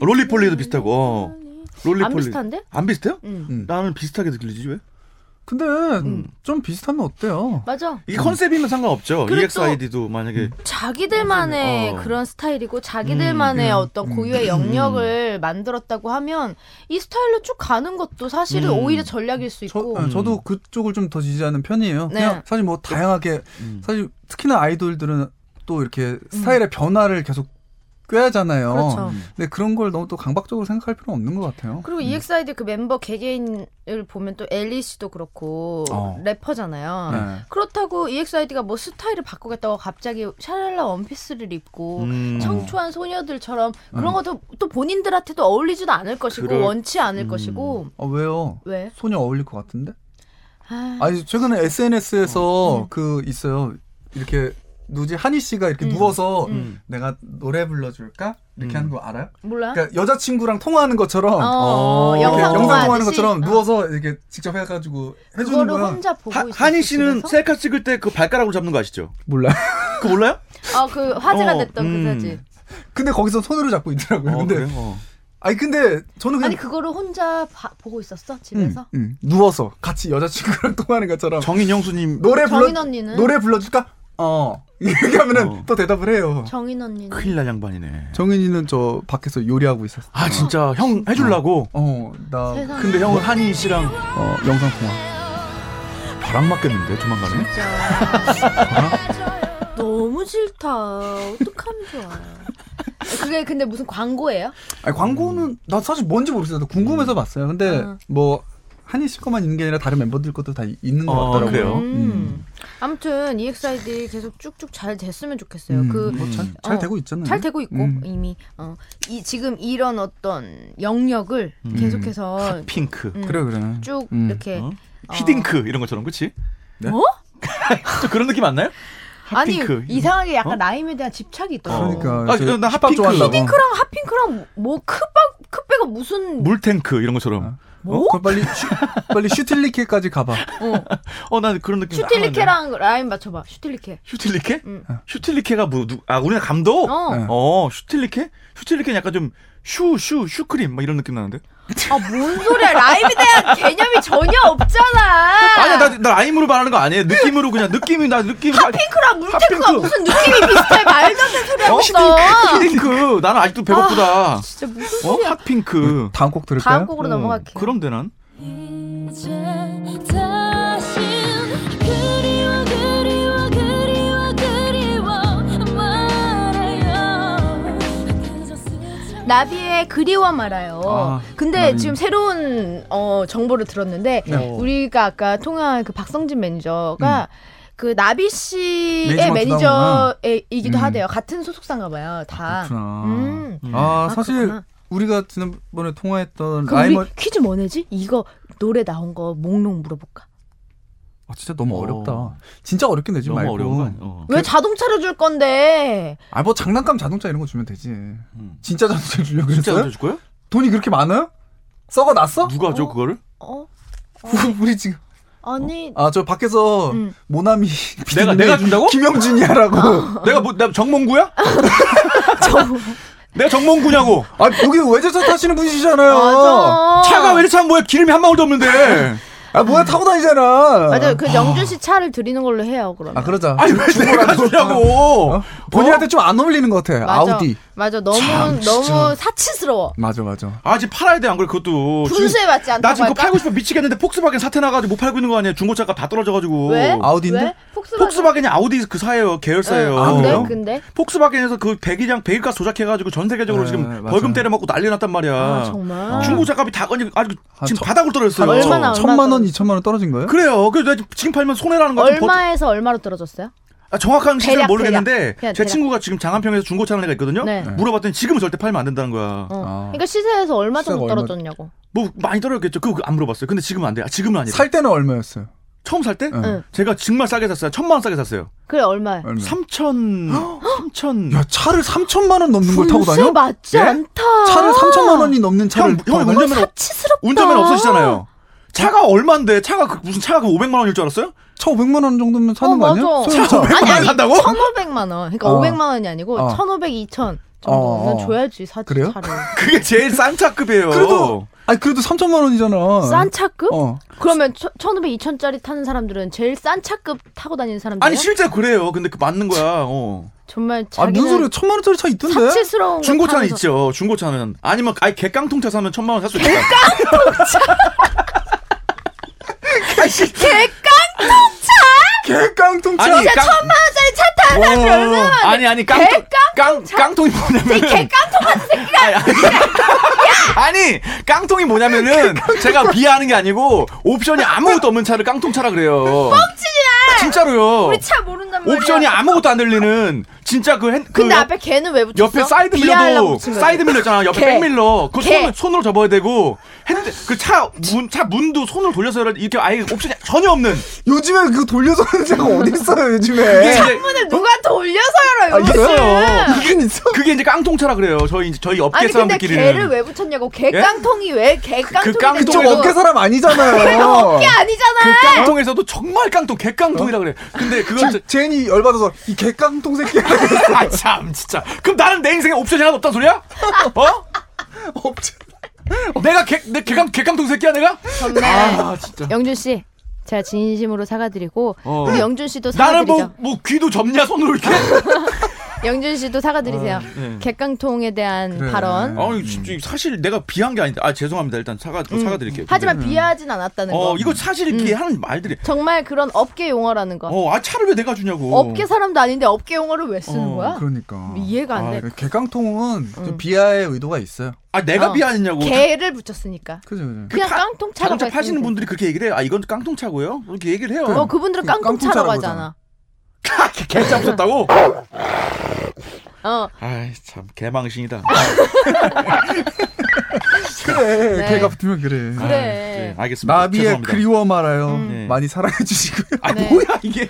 [SPEAKER 4] 롤리폴리도 비슷하고 어. 롤리폴리
[SPEAKER 7] 안 비슷한데?
[SPEAKER 4] 안 비슷해요?
[SPEAKER 7] 응.
[SPEAKER 2] 음.
[SPEAKER 4] 나는 비슷하게 느끼지 왜?
[SPEAKER 2] 근데
[SPEAKER 7] 음.
[SPEAKER 2] 좀 비슷하면 어때요?
[SPEAKER 7] 맞아.
[SPEAKER 4] 이 컨셉이면 상관없죠.
[SPEAKER 7] 그리고
[SPEAKER 4] EXID도 만약에
[SPEAKER 7] 자기들만의
[SPEAKER 4] 어.
[SPEAKER 7] 그런 스타일이고 자기들만의
[SPEAKER 2] 음,
[SPEAKER 7] 어떤
[SPEAKER 2] 음.
[SPEAKER 7] 고유의 영역을 만들었다고 하면 이 스타일로 쭉 가는 것도 사실은
[SPEAKER 4] 음.
[SPEAKER 7] 오히려 전략일 수
[SPEAKER 2] 저,
[SPEAKER 7] 있고.
[SPEAKER 2] 어, 저도 그쪽을 좀 더 지지하는 편이에요.
[SPEAKER 7] 네.
[SPEAKER 2] 그냥 사실 뭐 다양하게
[SPEAKER 4] 음.
[SPEAKER 2] 사실 특히나 아이돌들은 또 이렇게 스타일의 변화를 계속 꾀하잖아요.
[SPEAKER 7] 음. 그렇죠.
[SPEAKER 2] 근데 그런 걸 너무 또 강박적으로 생각할 필요는 없는 것 같아요.
[SPEAKER 7] 그리고 EXID 그 멤버 개개인을 보면 또 엘리 씨도 그렇고
[SPEAKER 2] 어.
[SPEAKER 7] 래퍼잖아요.
[SPEAKER 2] 네.
[SPEAKER 7] 그렇다고 EXID가 뭐 스타일을 바꾸겠다고 갑자기 샤랄라 원피스를 입고
[SPEAKER 4] 음.
[SPEAKER 7] 청초한 소녀들처럼
[SPEAKER 2] 음.
[SPEAKER 7] 그런 것도 또 본인들한테도 어울리지도 않을 것이고
[SPEAKER 4] 그럴-
[SPEAKER 7] 원치 않을
[SPEAKER 4] 음.
[SPEAKER 7] 것이고
[SPEAKER 2] 아 왜요?
[SPEAKER 7] 왜?
[SPEAKER 2] 소녀 어울릴 것 같은데?
[SPEAKER 7] 아,
[SPEAKER 2] 아니 최근에 SNS에서
[SPEAKER 4] 어. 음.
[SPEAKER 2] 그 있어요. 이렇게 누지 한희 씨가 이렇게
[SPEAKER 7] 음.
[SPEAKER 2] 누워서
[SPEAKER 4] 음.
[SPEAKER 2] 내가 노래 불러줄까 이렇게
[SPEAKER 4] 음.
[SPEAKER 2] 하는 거 알아요?
[SPEAKER 7] 몰라.
[SPEAKER 2] 그러니까 여자친구랑 통화하는 것처럼
[SPEAKER 7] 어,
[SPEAKER 2] 이렇게
[SPEAKER 7] 영상
[SPEAKER 2] 영상 통화하는
[SPEAKER 7] 통화하듯이?
[SPEAKER 2] 것처럼
[SPEAKER 7] 어.
[SPEAKER 2] 누워서 이렇게 직접 해가지고 해주는
[SPEAKER 7] 그거를
[SPEAKER 2] 거야.
[SPEAKER 7] 혼자 보고
[SPEAKER 4] 음. 하-
[SPEAKER 7] 있어.
[SPEAKER 4] 한희 씨는 셀카 찍을 때 그 발가락으로 잡는 거 아시죠?
[SPEAKER 2] 몰라.
[SPEAKER 4] 그거 몰라요?
[SPEAKER 7] 아그 화제가
[SPEAKER 4] 어,
[SPEAKER 7] 됐던
[SPEAKER 4] 음.
[SPEAKER 7] 그 사진.
[SPEAKER 2] 근데 거기서 손으로 잡고 있더라고요.
[SPEAKER 4] 어,
[SPEAKER 2] 근데
[SPEAKER 4] 그래요? 어.
[SPEAKER 2] 아니 근데 저는 그냥
[SPEAKER 7] 아니 그거를 혼자 봐- 보고 있었어 집에서.
[SPEAKER 2] 음, 음. 누워서 같이 여자친구랑 통화하는 것처럼
[SPEAKER 4] 정인영수님
[SPEAKER 2] 노래 불러
[SPEAKER 7] 정인 언니는
[SPEAKER 2] 노래 불러줄까? 어 이렇게 하면은
[SPEAKER 4] 어.
[SPEAKER 2] 또 대답을 해요.
[SPEAKER 7] 정인 언니는
[SPEAKER 4] 큰일 날 양반이네.
[SPEAKER 2] 정인이는 저 밖에서 요리하고 있었어.
[SPEAKER 4] 아 진짜 형 해주려고.
[SPEAKER 2] 어나
[SPEAKER 7] 세상에.
[SPEAKER 4] 근데 형은 한희 씨랑
[SPEAKER 2] 어, 영상 통화.
[SPEAKER 4] 바람 맞겠는데 조만간에.
[SPEAKER 7] 너무 싫다. 어떡하면 좋아. 그게 근데 무슨 광고예요?
[SPEAKER 2] 아니
[SPEAKER 7] 음.
[SPEAKER 2] 광고는 나 사실 뭔지 모르겠어. 나 궁금해서 봤어요. 근데
[SPEAKER 7] 어.
[SPEAKER 2] 뭐 한희 씨 것만 있는 게 아니라 다른 멤버들 것도 다 있는 것
[SPEAKER 4] 어,
[SPEAKER 2] 같더라고요.
[SPEAKER 4] 그래요?
[SPEAKER 7] 음. 아무튼 EXID 계속 쭉쭉 잘 됐으면 좋겠어요. 그
[SPEAKER 2] 뭐 잘,
[SPEAKER 7] 어,
[SPEAKER 2] 잘 되고 있잖아요.
[SPEAKER 7] 잘 되고 있고
[SPEAKER 2] 음.
[SPEAKER 7] 이미 어, 이 지금 이런
[SPEAKER 4] 음.
[SPEAKER 7] 어떤 영역을 계속해서
[SPEAKER 4] 핑크.
[SPEAKER 7] 음,
[SPEAKER 2] 그래 그래.
[SPEAKER 7] 쭉
[SPEAKER 2] 음.
[SPEAKER 7] 이렇게
[SPEAKER 4] 어?
[SPEAKER 7] 어.
[SPEAKER 4] 히딩크 이런 것처럼 그치?
[SPEAKER 2] 네?
[SPEAKER 7] 뭐?
[SPEAKER 4] 좀 그런 느낌 안 나요?
[SPEAKER 7] 아니
[SPEAKER 4] 핫핑크.
[SPEAKER 7] 이상하게 약간
[SPEAKER 4] 어?
[SPEAKER 7] 라임에 대한 집착이 있더라고.
[SPEAKER 2] 그러니까
[SPEAKER 4] 아,
[SPEAKER 2] 저
[SPEAKER 4] 나
[SPEAKER 2] 힙합
[SPEAKER 4] 핫핑크.
[SPEAKER 2] 좋아한다고.
[SPEAKER 7] 랑 핫핑크랑 뭐 크빠 크빼가 무슨
[SPEAKER 4] 물탱크 이런 것처럼.
[SPEAKER 2] 어? 그럼 빨리 슈, 빨리 슈틸리케까지 가봐.
[SPEAKER 4] 어 난 그런 느낌. 나-
[SPEAKER 2] 아, 네.
[SPEAKER 7] 슈틸리케랑 라임 맞춰봐.
[SPEAKER 2] 어?
[SPEAKER 7] 슈틸리케.
[SPEAKER 4] 슈틸리케?
[SPEAKER 7] 응.
[SPEAKER 4] 슈틸리케가 뭐 누, 아 우리나라 감독?
[SPEAKER 7] 어.
[SPEAKER 2] 네.
[SPEAKER 4] 어 슈틸리케? 슈틸리케는 약간 좀 슈 슈 슈크림 막 이런 느낌 나는데.
[SPEAKER 7] 아 뭔 소리야 라임에 대한 개념이 전혀 없잖아.
[SPEAKER 4] 아니야, 나, 나 라임으로 말하는 거 아니에요. 느낌으로 그냥 느낌이 나 느낌.
[SPEAKER 7] 핑크랑 물테크가
[SPEAKER 4] 핫핑크.
[SPEAKER 7] 무슨 느낌이 비슷해 말도 안 되는 소리 하고 있어.
[SPEAKER 4] 핫핑크. 나는 아직도 배고프다.
[SPEAKER 7] 진짜 무슨
[SPEAKER 4] 어? 핫핑크.
[SPEAKER 2] 다음 곡 들을까요?
[SPEAKER 7] 다음 곡으로
[SPEAKER 4] 어,
[SPEAKER 7] 넘어갈게요.
[SPEAKER 4] 그럼 되난?
[SPEAKER 8] 이제 다시 그리워 그리워 그리워 그리워 말아요
[SPEAKER 7] 나비의 그리워 말아요.
[SPEAKER 4] 아,
[SPEAKER 7] 근데
[SPEAKER 2] 음.
[SPEAKER 4] 나비.
[SPEAKER 7] 지금 새로운 어, 정보를 들었는데
[SPEAKER 4] 네.
[SPEAKER 7] 우리가 아까 통화한 그 박성진 매니저가 그 나비 씨의
[SPEAKER 2] 음. 매니저가 두다구나. 음.
[SPEAKER 7] 매니저이기도
[SPEAKER 2] 아,
[SPEAKER 7] 하대요. 같은 소속사인가 봐요. 다.
[SPEAKER 2] 그렇구나.
[SPEAKER 7] 음.
[SPEAKER 2] 아,
[SPEAKER 7] 아,
[SPEAKER 2] 사실
[SPEAKER 7] 그렇구나.
[SPEAKER 2] 우리가 지난번에 통화했던
[SPEAKER 7] 그럼
[SPEAKER 2] 라이머
[SPEAKER 7] 우리 퀴즈 뭐 내지? 이거 노래 나온 거 목록 물어볼까?
[SPEAKER 2] 아, 진짜 너무
[SPEAKER 4] 어.
[SPEAKER 2] 어렵다. 진짜 어렵게 내지
[SPEAKER 4] 너무
[SPEAKER 2] 말고.
[SPEAKER 4] 어려운 거 아니야? 어.
[SPEAKER 7] 왜 자동차를 줄 건데?
[SPEAKER 2] 아, 뭐 장난감 자동차 이런 거 주면 되지.
[SPEAKER 4] 음.
[SPEAKER 2] 진짜 자동차 주려고
[SPEAKER 4] 진짜
[SPEAKER 2] 그랬어요?
[SPEAKER 4] 안 해줄 거야?
[SPEAKER 2] 돈이 그렇게 많아요? 썩어 났어?
[SPEAKER 4] 누가 줘 그거를?
[SPEAKER 7] 어?
[SPEAKER 2] 우리 지금
[SPEAKER 7] 아니
[SPEAKER 2] 아, 저 밖에서
[SPEAKER 7] 음.
[SPEAKER 2] 모나미
[SPEAKER 4] 내가- 내가 준다고?
[SPEAKER 2] 김영준이야라고. 아,
[SPEAKER 4] 내가 뭐, 내가 정몽구야? 내가 정몽구냐고.
[SPEAKER 2] 아, 여기 외제차 타시는 분이시잖아요.
[SPEAKER 7] 어. 맞아.
[SPEAKER 4] 차가 왜 이렇게 차면 뭐야? 기름이 한 방울도 없는데.
[SPEAKER 2] 아, 뭐야 타고 다니잖아.
[SPEAKER 7] 맞아요. 그 영준 씨 차를 드리는 걸로 해요. 그러면.
[SPEAKER 2] 아, 그러자.
[SPEAKER 4] 아니 왜 내가 주냐고.
[SPEAKER 2] 어? 본인한테 좀 안 어울리는 것 같아.
[SPEAKER 7] 맞아.
[SPEAKER 2] 아우디.
[SPEAKER 7] 맞아. 너무 너무 사치스러워.
[SPEAKER 2] 맞아, 맞아.
[SPEAKER 4] 아 지금 팔아야 돼 안 그래 그것도.
[SPEAKER 7] 분수에 맞지 않다고
[SPEAKER 4] 나 지금 그거
[SPEAKER 7] 할까?
[SPEAKER 4] 팔고 싶어 미치겠는데 폭스바겐 사태 나가지고 못 팔고 있는 거 아니야? 중고차가 다 떨어져가지고.
[SPEAKER 7] 왜?
[SPEAKER 2] 아우디인데?
[SPEAKER 7] 왜? 폭스바겐. 어,
[SPEAKER 4] 폭스바겐이 아우디 그 사예요 계열사예요.
[SPEAKER 2] 아,
[SPEAKER 7] 근데
[SPEAKER 2] 그래요?
[SPEAKER 7] 근데
[SPEAKER 4] 폭스바겐에서 그 배기량 배기가스 조작해가지고 전 세계적으로
[SPEAKER 2] 네,
[SPEAKER 4] 지금
[SPEAKER 2] 맞아요.
[SPEAKER 4] 벌금 때려맞고 난리 났단 말이야.
[SPEAKER 7] 아, 정말.
[SPEAKER 4] 중고차 값이 다 아니 아주
[SPEAKER 2] 아,
[SPEAKER 4] 지금
[SPEAKER 2] 저-
[SPEAKER 4] 바닥으로 떨어졌어요.
[SPEAKER 7] 아, 얼마나
[SPEAKER 2] 천- 천만
[SPEAKER 7] 얼마나
[SPEAKER 2] 원, 이천만 원 떨어진 거예요?
[SPEAKER 4] 그래요. 그래서 내가 지금 팔면 손해라는 거 같은 버...
[SPEAKER 7] 얼마에서 얼마로 떨어졌어요?
[SPEAKER 4] 아, 정확한 시세는
[SPEAKER 7] 대략,
[SPEAKER 4] 모르겠는데
[SPEAKER 7] 대략. 그냥
[SPEAKER 4] 제
[SPEAKER 7] 대략.
[SPEAKER 4] 친구가 지금 장안평에서 중고차를 애가 있거든요.
[SPEAKER 7] 네.
[SPEAKER 4] 물어봤더니 지금은 절대 팔면 안 된다는 거야.
[SPEAKER 7] 어.
[SPEAKER 2] 아.
[SPEAKER 7] 그러니까 시세에서 얼마 정도
[SPEAKER 2] 시세가 얼마-
[SPEAKER 7] 떨어졌냐고.
[SPEAKER 4] 뭐 많이 떨어졌겠죠. 그거 안 물어봤어요. 근데 지금은 안 돼. 아, 지금은 아니에요.
[SPEAKER 2] 살 때는 얼마였어요?
[SPEAKER 4] 처음 살 때?
[SPEAKER 2] 응.
[SPEAKER 7] 응.
[SPEAKER 4] 제가 정말 싸게 샀어요. 천만 원 싸게 샀어요.
[SPEAKER 7] 그래 얼마?
[SPEAKER 2] 얼마?
[SPEAKER 4] 3천 3천
[SPEAKER 2] 야, 차를 3천만 원 넘는 걸 타고
[SPEAKER 7] 분수
[SPEAKER 2] 다녀?
[SPEAKER 7] 맞지
[SPEAKER 4] 예?
[SPEAKER 7] 않다.
[SPEAKER 2] 차를 3천만 원이 넘는 차를
[SPEAKER 4] 형, 형이
[SPEAKER 2] 타고 다녀?
[SPEAKER 4] 운전면허
[SPEAKER 7] 어, 사치스럽다.
[SPEAKER 4] 운전면 없으시잖아요. 차가 얼마인데 차가 그- 무슨 차가 그 500만 원일 줄 알았어요?
[SPEAKER 2] 차 500만 원 정도면 사는
[SPEAKER 7] 어,
[SPEAKER 2] 거 아니야?
[SPEAKER 7] 맞아.
[SPEAKER 2] 소형차.
[SPEAKER 7] 아니 아니
[SPEAKER 4] 산다고?
[SPEAKER 7] 1,500만 원. 그러니까
[SPEAKER 2] 어.
[SPEAKER 7] 500만 원이 아니고
[SPEAKER 2] 어.
[SPEAKER 7] 1,500, 2,000
[SPEAKER 2] 어,
[SPEAKER 7] 정도는
[SPEAKER 2] 어.
[SPEAKER 7] 줘야지 사지
[SPEAKER 2] 그래요?
[SPEAKER 7] 차를.
[SPEAKER 4] 그게 제일 싼 차급이에요.
[SPEAKER 2] 그래도 아니 그래도 3천만 원이잖아.
[SPEAKER 7] 싼 차급?
[SPEAKER 2] 어.
[SPEAKER 7] 그러면 1,500, 2,000짜리 타는 사람들은 제일 싼 차급 타고 다니는 사람들.
[SPEAKER 4] 아니 실제 로 그래요. 근데 그 맞는 거야. 어.
[SPEAKER 7] 정말
[SPEAKER 2] 아,
[SPEAKER 7] 자기는
[SPEAKER 2] 무슨 소리야? 천만 원짜리 차 있던데?
[SPEAKER 7] 사치스러운 거
[SPEAKER 4] 중고차는
[SPEAKER 7] 타면서-
[SPEAKER 4] 있죠. 중고차는 아니면 아예 개깡통차 사면 천만 원 살 수 있다.
[SPEAKER 2] 개깡통차.
[SPEAKER 4] 아니 깡
[SPEAKER 7] 짜리 차 타.
[SPEAKER 4] 와. 어. 아니 아니 깡통 깡 깡통이 뭐냐면 개깡통 같은 새끼가 아니 깡통이 뭐냐면은 제가 비하하는 게 아니고 옵션이 아무것도 없는 차를 깡통차라 그래요. 뻥치지 마. 진짜로요.
[SPEAKER 7] 우리 차 모른단 말이야.
[SPEAKER 4] 어. 옵션이 아무것도 안 들리는 진짜 그, 핸, 그
[SPEAKER 7] 근데
[SPEAKER 4] 옆-
[SPEAKER 7] 앞에 걔는 왜 붙였어?
[SPEAKER 4] 옆에 사이드
[SPEAKER 7] 비하하려고
[SPEAKER 4] 밀러도
[SPEAKER 7] 붙인 거야.
[SPEAKER 4] 사이드 밀러 있잖아 옆에
[SPEAKER 7] 개.
[SPEAKER 4] 백밀러 그
[SPEAKER 7] 개.
[SPEAKER 4] 손을 손으로 접어야 되고 핸드 그차문차 문도 손으로 돌려서 이렇게 아예 옵션이 전혀 없는
[SPEAKER 2] 요즘에 그거 돌려서 하는 차가 어디 있어요,
[SPEAKER 4] 그게
[SPEAKER 2] 요즘에?
[SPEAKER 4] 이제-
[SPEAKER 7] 문을 누가 돌려서 열어요?
[SPEAKER 2] 아,
[SPEAKER 7] 요즘.
[SPEAKER 4] 있어요.
[SPEAKER 2] 그게 있어?
[SPEAKER 4] 그게 이제 깡통차라 그래요 저희 이제 저희 업계
[SPEAKER 7] 아니 근데
[SPEAKER 4] 사람들끼리는 예?
[SPEAKER 7] 개를 왜 붙였냐고 개깡통이 왜 개깡통이
[SPEAKER 4] 그 깡통-
[SPEAKER 2] 아, 그쪽 어깨 사람 아니잖아요.
[SPEAKER 7] 어깨 아니잖아
[SPEAKER 4] 그 깡통에서도 정말 깡통 개깡통이라 그래 근데 그건
[SPEAKER 2] 지금 제니 열받아서 이 개깡통 새끼야.
[SPEAKER 4] 아참 진짜 그럼 나는 내 인생에 옵션이 하나 없단 소리야? 어?
[SPEAKER 2] 없지.
[SPEAKER 4] 내가 개, 내 개깡, 개깡통 새끼야 내가?
[SPEAKER 7] 정말
[SPEAKER 4] 아 진짜
[SPEAKER 7] 영준 씨 제가 진심으로 사과드리고
[SPEAKER 4] 어.
[SPEAKER 7] 우리 영준 씨도
[SPEAKER 4] 나는
[SPEAKER 7] 사과드리죠
[SPEAKER 4] 뭐, 뭐 귀도 접냐 손으로 이렇게?
[SPEAKER 7] 영준 씨도 사과드리세요
[SPEAKER 4] 네.
[SPEAKER 7] 개깡통에 대한
[SPEAKER 2] 그래.
[SPEAKER 7] 발언
[SPEAKER 2] 어.
[SPEAKER 4] 음. 아니 진짜 사실 내가 비한 게 아닌데 아 죄송합니다 일단 사과 사과드릴게요.
[SPEAKER 7] 하지만 음. 비하하진 않았다는
[SPEAKER 4] 근데, 어
[SPEAKER 7] 거
[SPEAKER 4] 이거 사실 이렇게 하는 말들이
[SPEAKER 7] 정말 그런 업계 용어라는 거
[SPEAKER 4] 어아 차를 왜 내가 주냐고.
[SPEAKER 7] 업계 사람도 아닌데 업계 용어를 왜 쓰는
[SPEAKER 4] 어,
[SPEAKER 7] 거야?
[SPEAKER 2] 그러니까.
[SPEAKER 7] 이해가 안 돼.
[SPEAKER 2] 아, 개깡통은 좀 비하의 의도가 있어요.
[SPEAKER 4] 아 내가
[SPEAKER 7] 어.
[SPEAKER 4] 비하했냐고.
[SPEAKER 7] 개를 붙였으니까
[SPEAKER 2] 그죠, 그죠.
[SPEAKER 7] 그냥
[SPEAKER 4] 파-
[SPEAKER 7] 깡통 차라고
[SPEAKER 4] 자동차
[SPEAKER 7] 했으면
[SPEAKER 4] 파시는
[SPEAKER 7] 돼.
[SPEAKER 4] 분들이 그렇게 얘기를 해요. 아 이건 깡통차고요. 이렇게 얘기를 해요.
[SPEAKER 7] 어 그분들은
[SPEAKER 2] 그냥 깡통
[SPEAKER 7] 깡통 차라고
[SPEAKER 2] 차라고
[SPEAKER 7] 하잖아
[SPEAKER 4] 개짜 없었다고?
[SPEAKER 7] 어
[SPEAKER 4] 아참 개망신이다.
[SPEAKER 2] 그래,
[SPEAKER 7] 네.
[SPEAKER 2] 개가 붙으면 그래.
[SPEAKER 4] 아,
[SPEAKER 7] 그래.
[SPEAKER 4] 네, 알겠습니다.
[SPEAKER 2] 나비의
[SPEAKER 4] 죄송합니다.
[SPEAKER 2] 그리워 말아요.
[SPEAKER 7] 음.
[SPEAKER 4] 네.
[SPEAKER 2] 많이 사랑해 주시고요.
[SPEAKER 4] 아
[SPEAKER 7] 네.
[SPEAKER 4] 뭐야 이게?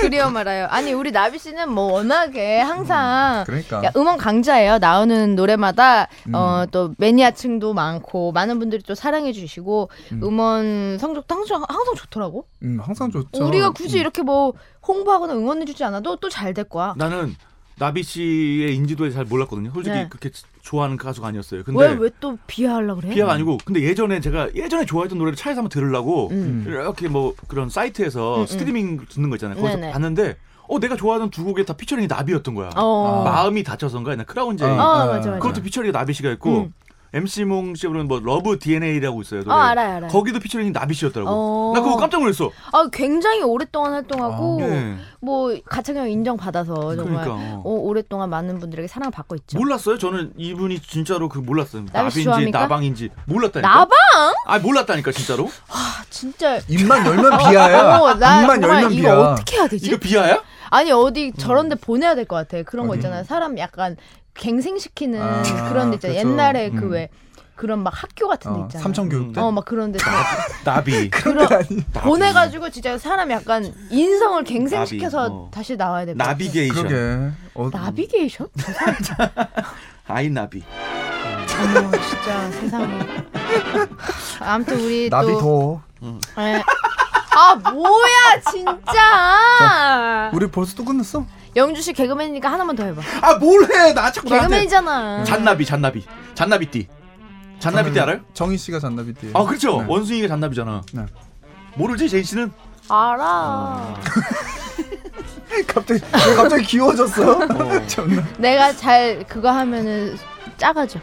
[SPEAKER 7] 그리워 말아요. 아니 우리 나비 씨는 뭐 워낙에 항상
[SPEAKER 2] 그러니까.
[SPEAKER 7] 아, 야, 음원 강자예요. 나오는 노래마다 어, 또 매니아층도 많고 많은 분들이 또 사랑해 주시고 음. 원 성적도 항상 항상 좋더라고.
[SPEAKER 2] 음, 항상 좋죠.
[SPEAKER 7] 우리가 굳이 이렇게 뭐 홍보하거나 응원해 주지 않아도 또 잘 될 거야.
[SPEAKER 4] 나는 나비 씨의 인지도에 잘 몰랐거든요. 솔직히
[SPEAKER 7] 네.
[SPEAKER 4] 그렇게 좋아하는 가수가 아니었어요. 근데
[SPEAKER 7] 왜 왜 또 비하하려고 그래?
[SPEAKER 4] 비하가 아니고 근데 예전에 제가 예전에 좋아했던 노래를 차에서 한번 들으려고
[SPEAKER 7] 음.
[SPEAKER 4] 이렇게 뭐 그런 사이트에서 스트리밍 듣는 거 있잖아요. 거기서
[SPEAKER 7] 네네.
[SPEAKER 4] 봤는데 어 내가 좋아하는 두 곡에 다 피처링이 나비였던 거야.
[SPEAKER 7] 어.
[SPEAKER 4] 마음이 다쳐서인가 옛날 크라운제
[SPEAKER 7] 어,
[SPEAKER 2] 아,
[SPEAKER 7] 맞아 맞아.
[SPEAKER 4] 그것도 피처링이 나비 씨가 있고 MC 몽 씨가 부르는 뭐 러브 DNA라고 있어요. 노래.
[SPEAKER 7] 어, 음. 알아요, 알아요.
[SPEAKER 4] 거기도 피처링이 나비 씨였더라고.
[SPEAKER 7] 어.
[SPEAKER 4] 나 그거 깜짝 놀랐어.
[SPEAKER 7] 아, 굉장히 오랫동안 활동하고
[SPEAKER 4] 예.
[SPEAKER 7] 뭐 가창력 인정받아서 정말
[SPEAKER 4] 그러니까, 어.
[SPEAKER 7] 오, 오랫동안 많은 분들에게 사랑을 받고 있죠.
[SPEAKER 4] 몰랐어요. 저는 이분이 진짜로 그 몰랐어요.
[SPEAKER 7] 나비 씨
[SPEAKER 4] 나비인지
[SPEAKER 7] 좋아합니까?
[SPEAKER 4] 나방인지 몰랐다니까.
[SPEAKER 7] 나방
[SPEAKER 4] 아 몰랐다니까 진짜로.
[SPEAKER 7] 진짜
[SPEAKER 2] 입만 열면 비하야.
[SPEAKER 7] 어머 나
[SPEAKER 2] 입만
[SPEAKER 7] 정말
[SPEAKER 2] 열면
[SPEAKER 7] 이거
[SPEAKER 2] 비야.
[SPEAKER 7] 어떻게 해야 되지?
[SPEAKER 4] 이거 비하야?
[SPEAKER 7] 아니
[SPEAKER 2] 음.
[SPEAKER 7] 어디 저런데 보내야 될 것 같아. 그런 거 있잖아요. 사람 약간 갱생시키는
[SPEAKER 2] 아,
[SPEAKER 7] 그런 데 있잖아.
[SPEAKER 2] 그렇죠.
[SPEAKER 7] 요 옛날에 그
[SPEAKER 2] 음.
[SPEAKER 7] 왜 그런 막 학교 같은 데
[SPEAKER 2] 어,
[SPEAKER 7] 있잖아.
[SPEAKER 2] 삼청 교육 때.
[SPEAKER 7] 어 막 그런 데
[SPEAKER 4] 나비.
[SPEAKER 7] 그런 보내가지고 진짜 사람 약간 인성을 갱생시켜서
[SPEAKER 4] 나비, 어.
[SPEAKER 7] 다시 나와야 될 것 같아.
[SPEAKER 4] 나비게이션.
[SPEAKER 2] 그러게. 어,
[SPEAKER 7] 나비게이션?
[SPEAKER 4] 아이 나비.
[SPEAKER 7] 어머 진짜 세상에. 아무튼 우리
[SPEAKER 2] 나비
[SPEAKER 7] 또
[SPEAKER 2] 더.
[SPEAKER 7] 예. 아 뭐야 진짜
[SPEAKER 2] 우리 벌써 또 끝났어?
[SPEAKER 7] 영주 씨 개그맨이니까 하나만 더 해봐
[SPEAKER 2] 네.
[SPEAKER 4] 아 뭘해? 나 자꾸 나한테.
[SPEAKER 7] 개그맨이잖아
[SPEAKER 4] 잔나비, 잔나비, 잔나비띠. 잔나비띠 알아요?
[SPEAKER 2] 정희 씨가 잔나비띠.
[SPEAKER 4] 아 그렇죠.
[SPEAKER 2] 네.
[SPEAKER 4] 원숭이가 잔나비잖아.
[SPEAKER 2] 네.
[SPEAKER 4] 모르지 제인 씨는?
[SPEAKER 2] 어.
[SPEAKER 7] 알아
[SPEAKER 2] 갑자기 왜 갑자기 귀여워졌어. 정말.
[SPEAKER 7] 내가 잘 그거 하면은 작아져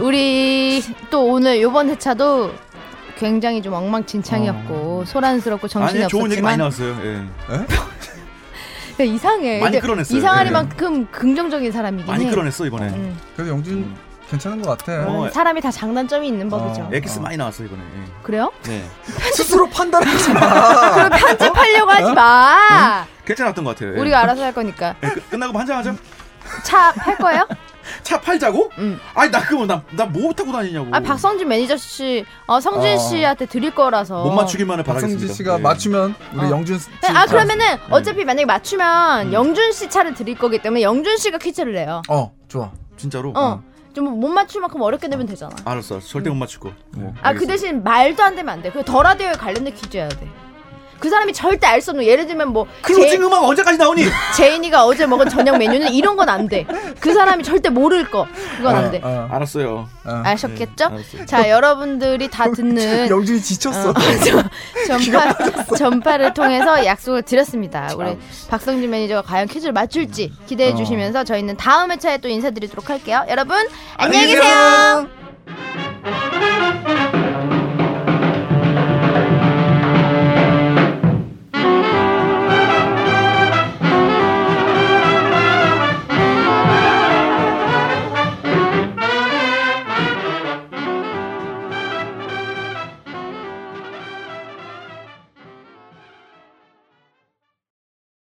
[SPEAKER 7] 우리 또 오늘 요번 회차도 굉장히 좀 엉망진창이었고 소란스럽고 정신이
[SPEAKER 4] 어. 아니 좋은 얘기 많이
[SPEAKER 7] 없었지만
[SPEAKER 4] 나왔어요. 예.
[SPEAKER 7] 야, 이상해
[SPEAKER 4] 많이
[SPEAKER 7] 근데
[SPEAKER 4] 끌어냈어요. 네.
[SPEAKER 7] 이상하리만큼 긍정적인 사람이긴
[SPEAKER 4] 많이
[SPEAKER 7] 해
[SPEAKER 4] 끌어냈어 이번에.
[SPEAKER 7] 음.
[SPEAKER 2] 그래도 영준 괜찮은 것 같아.
[SPEAKER 4] 어.
[SPEAKER 7] 사람이 다 장단점이 있는 법이죠
[SPEAKER 4] 엑스 많이 나왔어 이번에. 예.
[SPEAKER 7] 그래요?
[SPEAKER 4] 네.
[SPEAKER 2] 스스로 판단하지 마.
[SPEAKER 7] 그럼
[SPEAKER 4] 어?
[SPEAKER 7] 편집하려고 하지 마
[SPEAKER 4] 괜찮았던 것 같아요. 예.
[SPEAKER 7] 우리가 알아서 할 거니까
[SPEAKER 4] 예, 끝- 끝나고 한잔 하자.
[SPEAKER 7] 차 팔 거예요?
[SPEAKER 4] 차 팔자고?
[SPEAKER 7] 음.
[SPEAKER 4] 아니 나 그거 나나뭐 타고 다니냐고.
[SPEAKER 7] 아 박성준 매니저 씨, 어, 성준
[SPEAKER 2] 어.
[SPEAKER 7] 씨한테 드릴 거라서
[SPEAKER 4] 못 맞추기만을 바라겠습니다.
[SPEAKER 2] 박성지 씨가
[SPEAKER 4] 예.
[SPEAKER 2] 맞추면 우리
[SPEAKER 7] 어.
[SPEAKER 2] 영준 씨.
[SPEAKER 7] 네, 아 그러면은 어차피 만약에 맞추면
[SPEAKER 4] 음.
[SPEAKER 7] 영준 씨 차를 드릴 거기 때문에 영준 씨가 퀴즈를 내요.
[SPEAKER 2] 어 좋아.
[SPEAKER 4] 진짜로. 음.
[SPEAKER 7] 어. 좀 못 맞출 만큼 어렵게 내면 되잖아.
[SPEAKER 4] 알았어. 알았어. 절대 못 맞추고.
[SPEAKER 7] 아 그 대신 말도 안 되면 안 돼. 그 더라디오에 관련된 퀴즈여야 돼. 그 사람이 절대 알 수 없는 예를 들면 뭐
[SPEAKER 4] 클로징
[SPEAKER 7] 제,
[SPEAKER 4] 음악 언제까지 나오니?
[SPEAKER 7] 제인이가 어제 먹은 저녁 메뉴는 이런 건 안 돼. 그 사람이 절대 모를 거 그건 안 돼.
[SPEAKER 2] 어.
[SPEAKER 4] 알았어요.
[SPEAKER 7] 아셨겠죠?
[SPEAKER 4] 네, 알았어요.
[SPEAKER 7] 자 여러분들이 다 듣는
[SPEAKER 2] 영준이 지쳤어.
[SPEAKER 7] 전파, 전파를 통해서 약속을 드렸습니다. 우리 박성진 매니저가 과연 퀴즈를 어. 맞출지 기대해 주시면서 저희는 다음 회차에 또 인사드리도록 할게요. 여러분 안녕히 계세요.